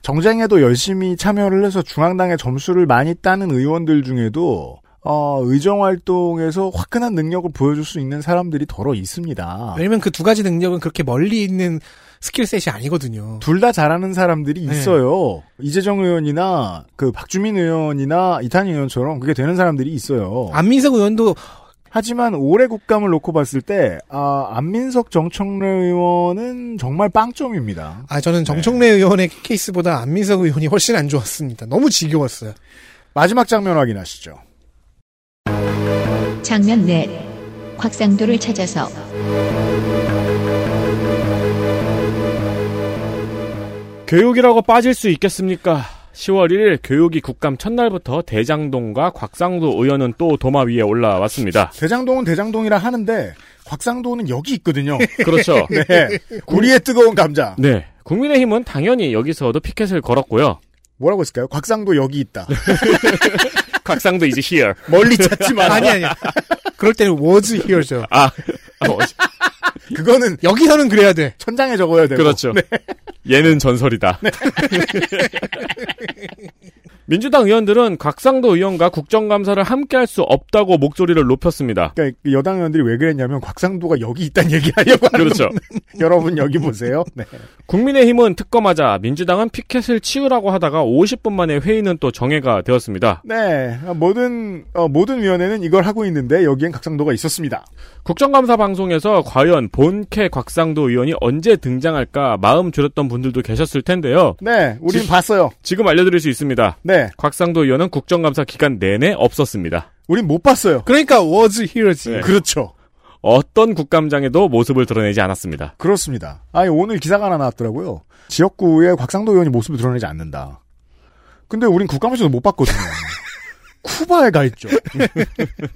Speaker 4: 정쟁에도 열심히 참여를 해서 중앙당의 점수를 많이 따는 의원들 중에도 어, 의정 활동에서 화끈한 능력을 보여줄 수 있는 사람들이 더러 있습니다.
Speaker 3: 왜냐면 그 두 가지 능력은 그렇게 멀리 있는 스킬셋이 아니거든요.
Speaker 4: 둘 다 잘하는 사람들이 있어요. 이재정 의원이나 그 박주민 의원이나 이탄희 의원처럼 그게 되는 사람들이 있어요.
Speaker 3: 안민석 의원도
Speaker 4: 하지만 올해 국감을 놓고 봤을 때 아, 안민석 정청래 의원은 정말 빵점입니다.
Speaker 3: 아 저는 정청래
Speaker 4: 네.
Speaker 3: 의원의 케이스보다 안민석 의원이 훨씬 안 좋았습니다. 너무 지겨웠어요.
Speaker 4: 마지막 장면 확인하시죠.
Speaker 1: 장면 넷. 곽상도를 찾아서
Speaker 2: 교육이라고 빠질 수 있겠습니까? 10월 1일 교육이 국감 첫날부터 대장동과 곽상도 의원은 또 도마 위에 올라왔습니다.
Speaker 4: 대장동은 대장동이라 하는데 곽상도는 여기 있거든요.
Speaker 2: 그렇죠.
Speaker 4: 네. 우리의 뜨거운 감자.
Speaker 2: 네. 국민의힘은 당연히 여기서도 피켓을 걸었고요.
Speaker 4: 뭐라고 했을까요? 곽상도 여기 있다.
Speaker 2: 네. 곽상도 이제 here.
Speaker 4: 멀리 찾지 마라.
Speaker 3: 아니 아니. 그럴 때는 워즈 히어죠.
Speaker 2: 아, 아, 어지-
Speaker 4: 그거는
Speaker 3: 여기서는 그래야 돼.
Speaker 4: 천장에 적어야 되고. 네.
Speaker 2: 그렇죠. 얘는 전설이다. 민주당 의원들은 곽상도 의원과 국정감사를 함께 할 수 없다고 목소리를 높였습니다.
Speaker 4: 그러니까 그 여당 의원들이 왜 그랬냐면 곽상도가 여기 있다는 얘기하려고 하는
Speaker 2: 그렇죠.
Speaker 4: 겁니다. 여러분 여기 보세요. 네.
Speaker 2: 국민의힘은 특검하자 민주당은 피켓을 치우라고 하다가 50분 만에 회의는 또 정해가 되었습니다.
Speaker 4: 네. 아, 모든 어, 모든 위원회는 이걸 하고 있는데 여기엔 곽상도가 있었습니다.
Speaker 2: 국정감사 방송에서 과연 본캐 곽상도 의원이 언제 등장할까 마음 졸였던 분들도 계셨을 텐데요.
Speaker 4: 네. 우린
Speaker 2: 지-
Speaker 4: 봤어요.
Speaker 2: 지금 알려드릴 수 있습니다.
Speaker 4: 네.
Speaker 2: 곽상도 의원은 국정감사 기간 내내 없었습니다.
Speaker 4: 우린 못 봤어요.
Speaker 3: 그러니까 워즈 히어지.
Speaker 2: 네.
Speaker 4: 그렇죠.
Speaker 2: 어떤 국감장에도 모습을 드러내지 않았습니다.
Speaker 4: 그렇습니다. 아니 오늘 기사가 하나 나왔더라고요. 지역구에 곽상도 의원이 모습을 드러내지 않는다. 근데 우린 국감에서도 못 봤거든요. 쿠바에 가 있죠.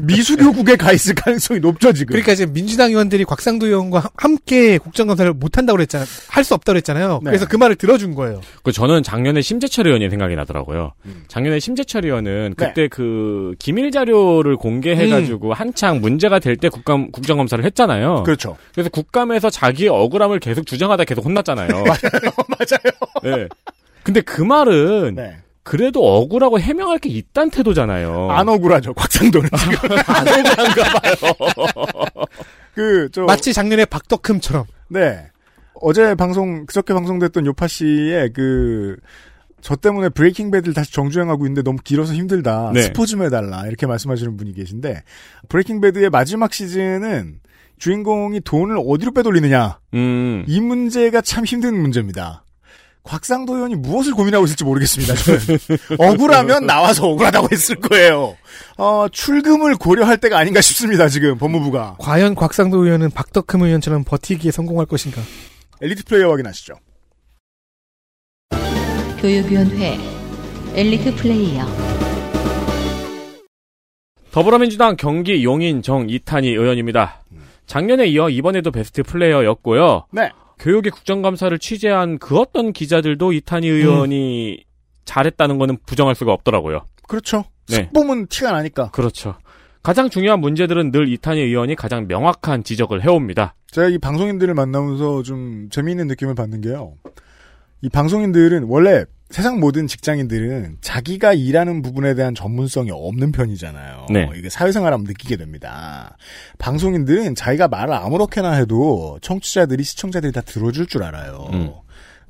Speaker 4: 미수교국에 가 있을 가능성이 높죠 지금.
Speaker 3: 그러니까 지금 민주당 의원들이 곽상도 의원과 함- 함께 국정감사를 못 한다고 그랬잖아요. 할 수 없다고 그랬잖아요.
Speaker 4: 네.
Speaker 3: 그래서 그 말을 들어준 거예요.
Speaker 2: 그 저는 작년에 심재철 의원이 생각이 나더라고요. 작년에 심재철 의원은
Speaker 4: 네.
Speaker 2: 그때 그 기밀 자료를 공개해가지고 한창 문제가 될 때 국감 국정감사를 했잖아요. 그... 래
Speaker 4: 그렇죠.
Speaker 2: 서 국감에서 자기의 억울함을 계속 주장하다 계속 혼났잖아요. 맞아요, 맞아요. 근데 그 말은
Speaker 4: 네.
Speaker 2: 그래도 억울하고 해명할 게 있단 태도잖아요.
Speaker 4: 안 억울하죠 곽상도는 지금.
Speaker 2: 억울한가 봐요.
Speaker 4: 그저
Speaker 3: 마치 작년에 박덕흠처럼.
Speaker 4: 네. 어제 방송, 그저께 방송됐던 요파 씨의 그, 저 때문에 브레이킹 배드를 다시 정주행하고 있는데 너무 길어서 힘들다.
Speaker 2: 네.
Speaker 4: 스포 좀 해달라. 이렇게 말씀하시는 분이 계신데, 브레이킹 배드의 마지막 시즌은 주인공이 돈을 어디로 빼돌리느냐.
Speaker 2: 음,
Speaker 4: 이 문제가 참 힘든 문제입니다. 곽상도 의원이 무엇을 고민하고 있을지 모르겠습니다. 저는. 억울하면 나와서 억울하다고 했을 거예요. 어, 출금을 고려할 때가 아닌가 싶습니다. 지금 법무부가.
Speaker 3: 과연 곽상도 의원은 박덕흠 의원처럼 버티기에 성공할 것인가?
Speaker 4: 엘리트 플레이어 확인하시죠.
Speaker 1: 교육위원회 엘리트 플레이어
Speaker 2: 더불어민주당 경기 용인 정 이탄희 의원입니다. 작년에 이어 이번에도 베스트 플레이어였고요.
Speaker 4: 네.
Speaker 2: 교육의 국정감사를 취재한 그 어떤 기자들도 이탄희 의원이 잘했다는 거는 부정할 수가 없더라고요.
Speaker 4: 그렇죠.
Speaker 2: 네.
Speaker 4: 습보면 티가 나니까.
Speaker 2: 그렇죠. 가장 중요한 문제들은 늘 이탄희 의원이 가장 명확한 지적을 해옵니다.
Speaker 4: 제가 이 방송인들을 만나면서 좀 재미있는 느낌을 받는 게요. 이 방송인들은 원래 세상 모든 직장인들은 자기가 일하는 부분에 대한 전문성이 없는 편이잖아요.
Speaker 2: 네.
Speaker 4: 이게 사회생활하면 느끼게 됩니다. 방송인들은 자기가 말을 아무렇게나 해도 청취자들이 시청자들이 다 들어줄 줄 알아요.
Speaker 2: 음.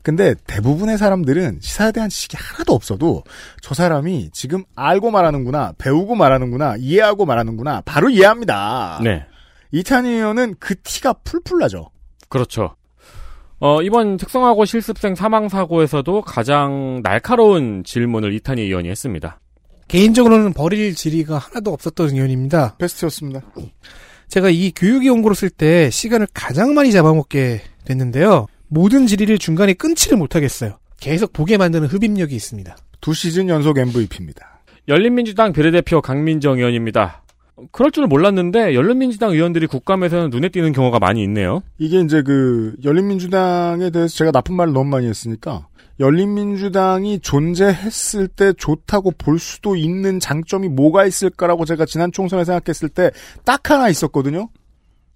Speaker 4: 근데 대부분의 사람들은 시사에 대한 지식이 하나도 없어도 저 사람이 지금 알고 말하는구나, 배우고 말하는구나, 이해하고 말하는구나, 바로 이해합니다.
Speaker 2: 네.
Speaker 4: 이탄희 의원은 그 티가 풀풀 나죠.
Speaker 2: 그렇죠. 어, 이번 특성화고 실습생 사망사고에서도 가장 날카로운 질문을 이탄희 의원이 했습니다.
Speaker 3: 개인적으로는 버릴 지리가 하나도 없었던 의원입니다.
Speaker 4: 베스트였습니다.
Speaker 3: 제가 이 교육이 연구를 쓸 때 시간을 가장 많이 잡아먹게 됐는데요. 모든 지리를 중간에 끊지를 못하겠어요. 계속 보게 만드는 흡입력이 있습니다.
Speaker 4: 두 시즌 연속 MVP입니다.
Speaker 2: 열린민주당 비례대표 강민정 의원입니다. 어, 그럴 줄 몰랐는데 열린민주당 의원들이 국감에서는 눈에 띄는 경우가 많이 있네요.
Speaker 4: 이게 이제 그 열린민주당에 대해서 제가 나쁜 말을 너무 많이 했으니까 열린민주당이 존재했을 때 좋다고 볼 수도 있는 장점이 뭐가 있을까라고 제가 지난 총선에 생각했을 때 딱 하나 있었거든요.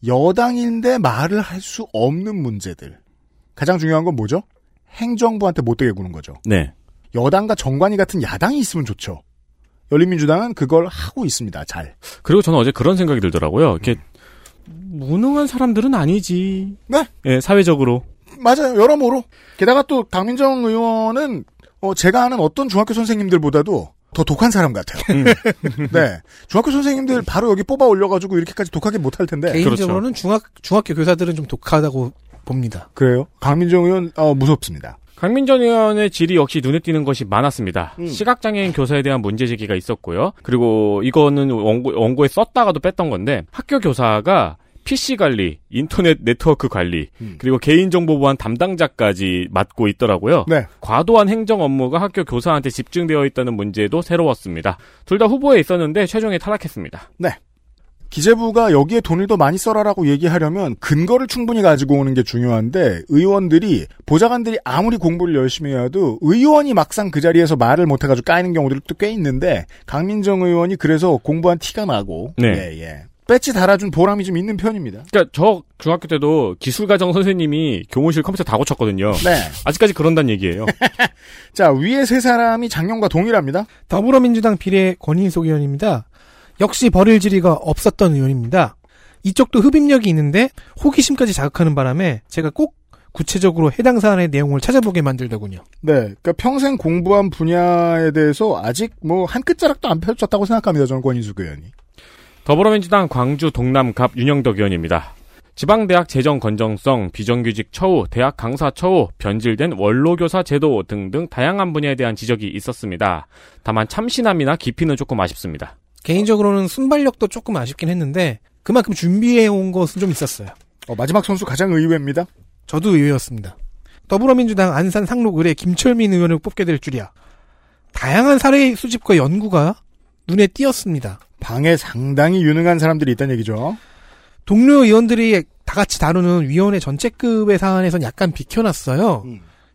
Speaker 4: 여당인데 말을 할 수 없는 문제들. 가장 중요한 건 뭐죠? 행정부한테 못되게 구는 거죠.
Speaker 2: 네.
Speaker 4: 여당과 정관이 같은 야당이 있으면 좋죠. 열린민주당은 그걸 하고 있습니다. 잘.
Speaker 2: 그리고 저는 어제 그런 생각이 들더라고요. 이렇게 무능한 사람들은 아니지.
Speaker 4: 네.
Speaker 2: 예, 사회적으로.
Speaker 4: 맞아요. 여러모로. 게다가 또 강민정 의원은 어, 제가 아는 어떤 중학교 선생님들보다도 더 독한 사람 같아요. 네. 중학교 선생님들 바로 여기 뽑아 올려가지고 이렇게까지 독하게 못할 텐데.
Speaker 3: 개인적으로는 중학, 중학교 교사들은 좀 독하다고 봅니다.
Speaker 4: 그래요? 강민정 의원 어, 무섭습니다.
Speaker 2: 강민전 의원의 질이 역시 눈에 띄는 것이 많았습니다. 시각장애인 교사에 대한 문제 제기가 있었고요. 그리고 이거는 원고, 원고에 썼다가도 뺐던 건데 학교 교사가 PC 관리, 인터넷 네트워크 관리, 그리고 개인정보보안 담당자까지 맡고 있더라고요.
Speaker 4: 네.
Speaker 2: 과도한 행정 업무가 학교 교사한테 집중되어 있다는 문제도 새로웠습니다. 둘 다 후보에 있었는데 최종에 타락했습니다.
Speaker 4: 기재부가 여기에 돈을 더 많이 써라라고 얘기하려면 근거를 충분히 가지고 오는 게 중요한데 의원들이 보좌관들이 아무리 공부를 열심히 해도 의원이 막상 그 자리에서 말을 못해가지고 까이는 경우들도 꽤 있는데 강민정 의원이 그래서 공부한 티가 나고
Speaker 2: 네.
Speaker 4: 예, 예. 배지 달아준 보람이 좀 있는 편입니다.
Speaker 2: 그러니까 저 중학교 때도 기술과정 선생님이 교무실 컴퓨터 다 고쳤거든요.
Speaker 4: 네.
Speaker 2: 아직까지 그런다는 얘기예요.
Speaker 4: 자 위에 세 사람이 작년과 동일합니다.
Speaker 3: 더불어민주당 비례 권인석 의원입니다. 역시 버릴 지리가 없었던 의원입니다. 이쪽도 흡입력이 있는데 호기심까지 자극하는 바람에 제가 꼭 구체적으로 해당 사안의 내용을 찾아보게 만들더군요.
Speaker 4: 네, 그러니까 평생 공부한 분야에 대해서 아직 뭐 한 끝자락도 안 펼쳤다고 생각합니다. 저는 권인숙 의원이.
Speaker 2: 더불어민주당 광주 동남갑 윤영덕 의원입니다. 지방대학 재정 건정성, 비정규직 처우, 대학 강사 처우, 변질된 원로교사 제도 등등 다양한 분야에 대한 지적이 있었습니다. 다만 참신함이나 깊이는 조금 아쉽습니다.
Speaker 3: 개인적으로는 순발력도 조금 아쉽긴 했는데 그만큼 준비해온 것은 좀 있었어요.
Speaker 4: 어, 마지막 선수 가장 의외입니다.
Speaker 3: 저도 의외였습니다. 더불어민주당 안산 상록 의뢰 김철민 의원을 뽑게 될 줄이야. 다양한 사례 수집과 연구가 눈에 띄었습니다.
Speaker 4: 방에 상당히 유능한 사람들이 있다는 얘기죠.
Speaker 3: 동료 의원들이 다 같이 다루는 위원회 전체급의 사안에선 약간 비켜놨어요.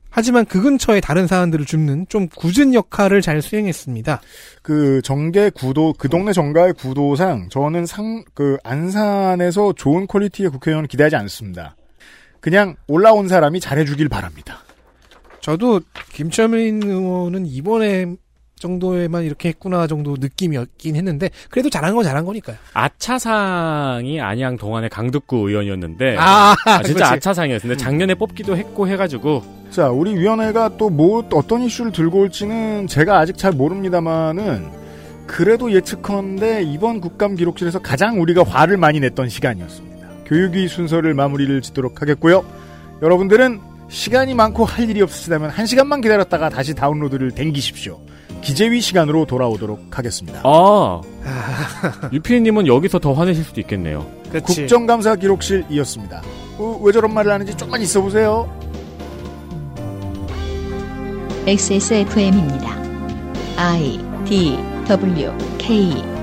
Speaker 3: 하지만 그 근처의 다른 사안들을 줍는 좀 굳은 역할을 잘 수행했습니다.
Speaker 4: 그 정계 구도 그 동네 정가의 구도상 저는 상 그 안산에서 좋은 퀄리티의 국회의원을 기대하지 않습니다. 그냥 올라온 사람이 잘해주길 바랍니다.
Speaker 3: 저도 김철민 의원은 이번에 정도에만 이렇게 했구나 정도 느낌이었긴 했는데 그래도 잘한 건 잘한 거니까요.
Speaker 2: 아차상이 안양 동안의 강득구 의원이었는데
Speaker 3: 아,
Speaker 2: 아, 진짜
Speaker 3: 그렇지. 음.
Speaker 2: 아차상이었는데 작년에 뽑기도 했고 해가지고
Speaker 4: 자 우리 위원회가 또 뭐 어떤 이슈를 들고 올지는 제가 아직 잘 모릅니다만은 그래도 예측컨대 이번 국감 기록실에서 가장 우리가 화를 많이 냈던 시간이었습니다. 교육위 순서를 마무리를 짓도록 하겠고요. 여러분들은 시간이 많고 할 일이 없으시다면 한 시간만 기다렸다가 다시 다운로드를 댕기십시오. 기재위 시간으로 돌아오도록 하겠습니다.
Speaker 2: 아 유피님은 여기서 더 화내실 수도 있겠네요.
Speaker 4: 국정감사 기록실이었습니다. 어, 왜 저런 말을 하는지 조금만 있어 보세요.
Speaker 1: XSFM입니다. I D W K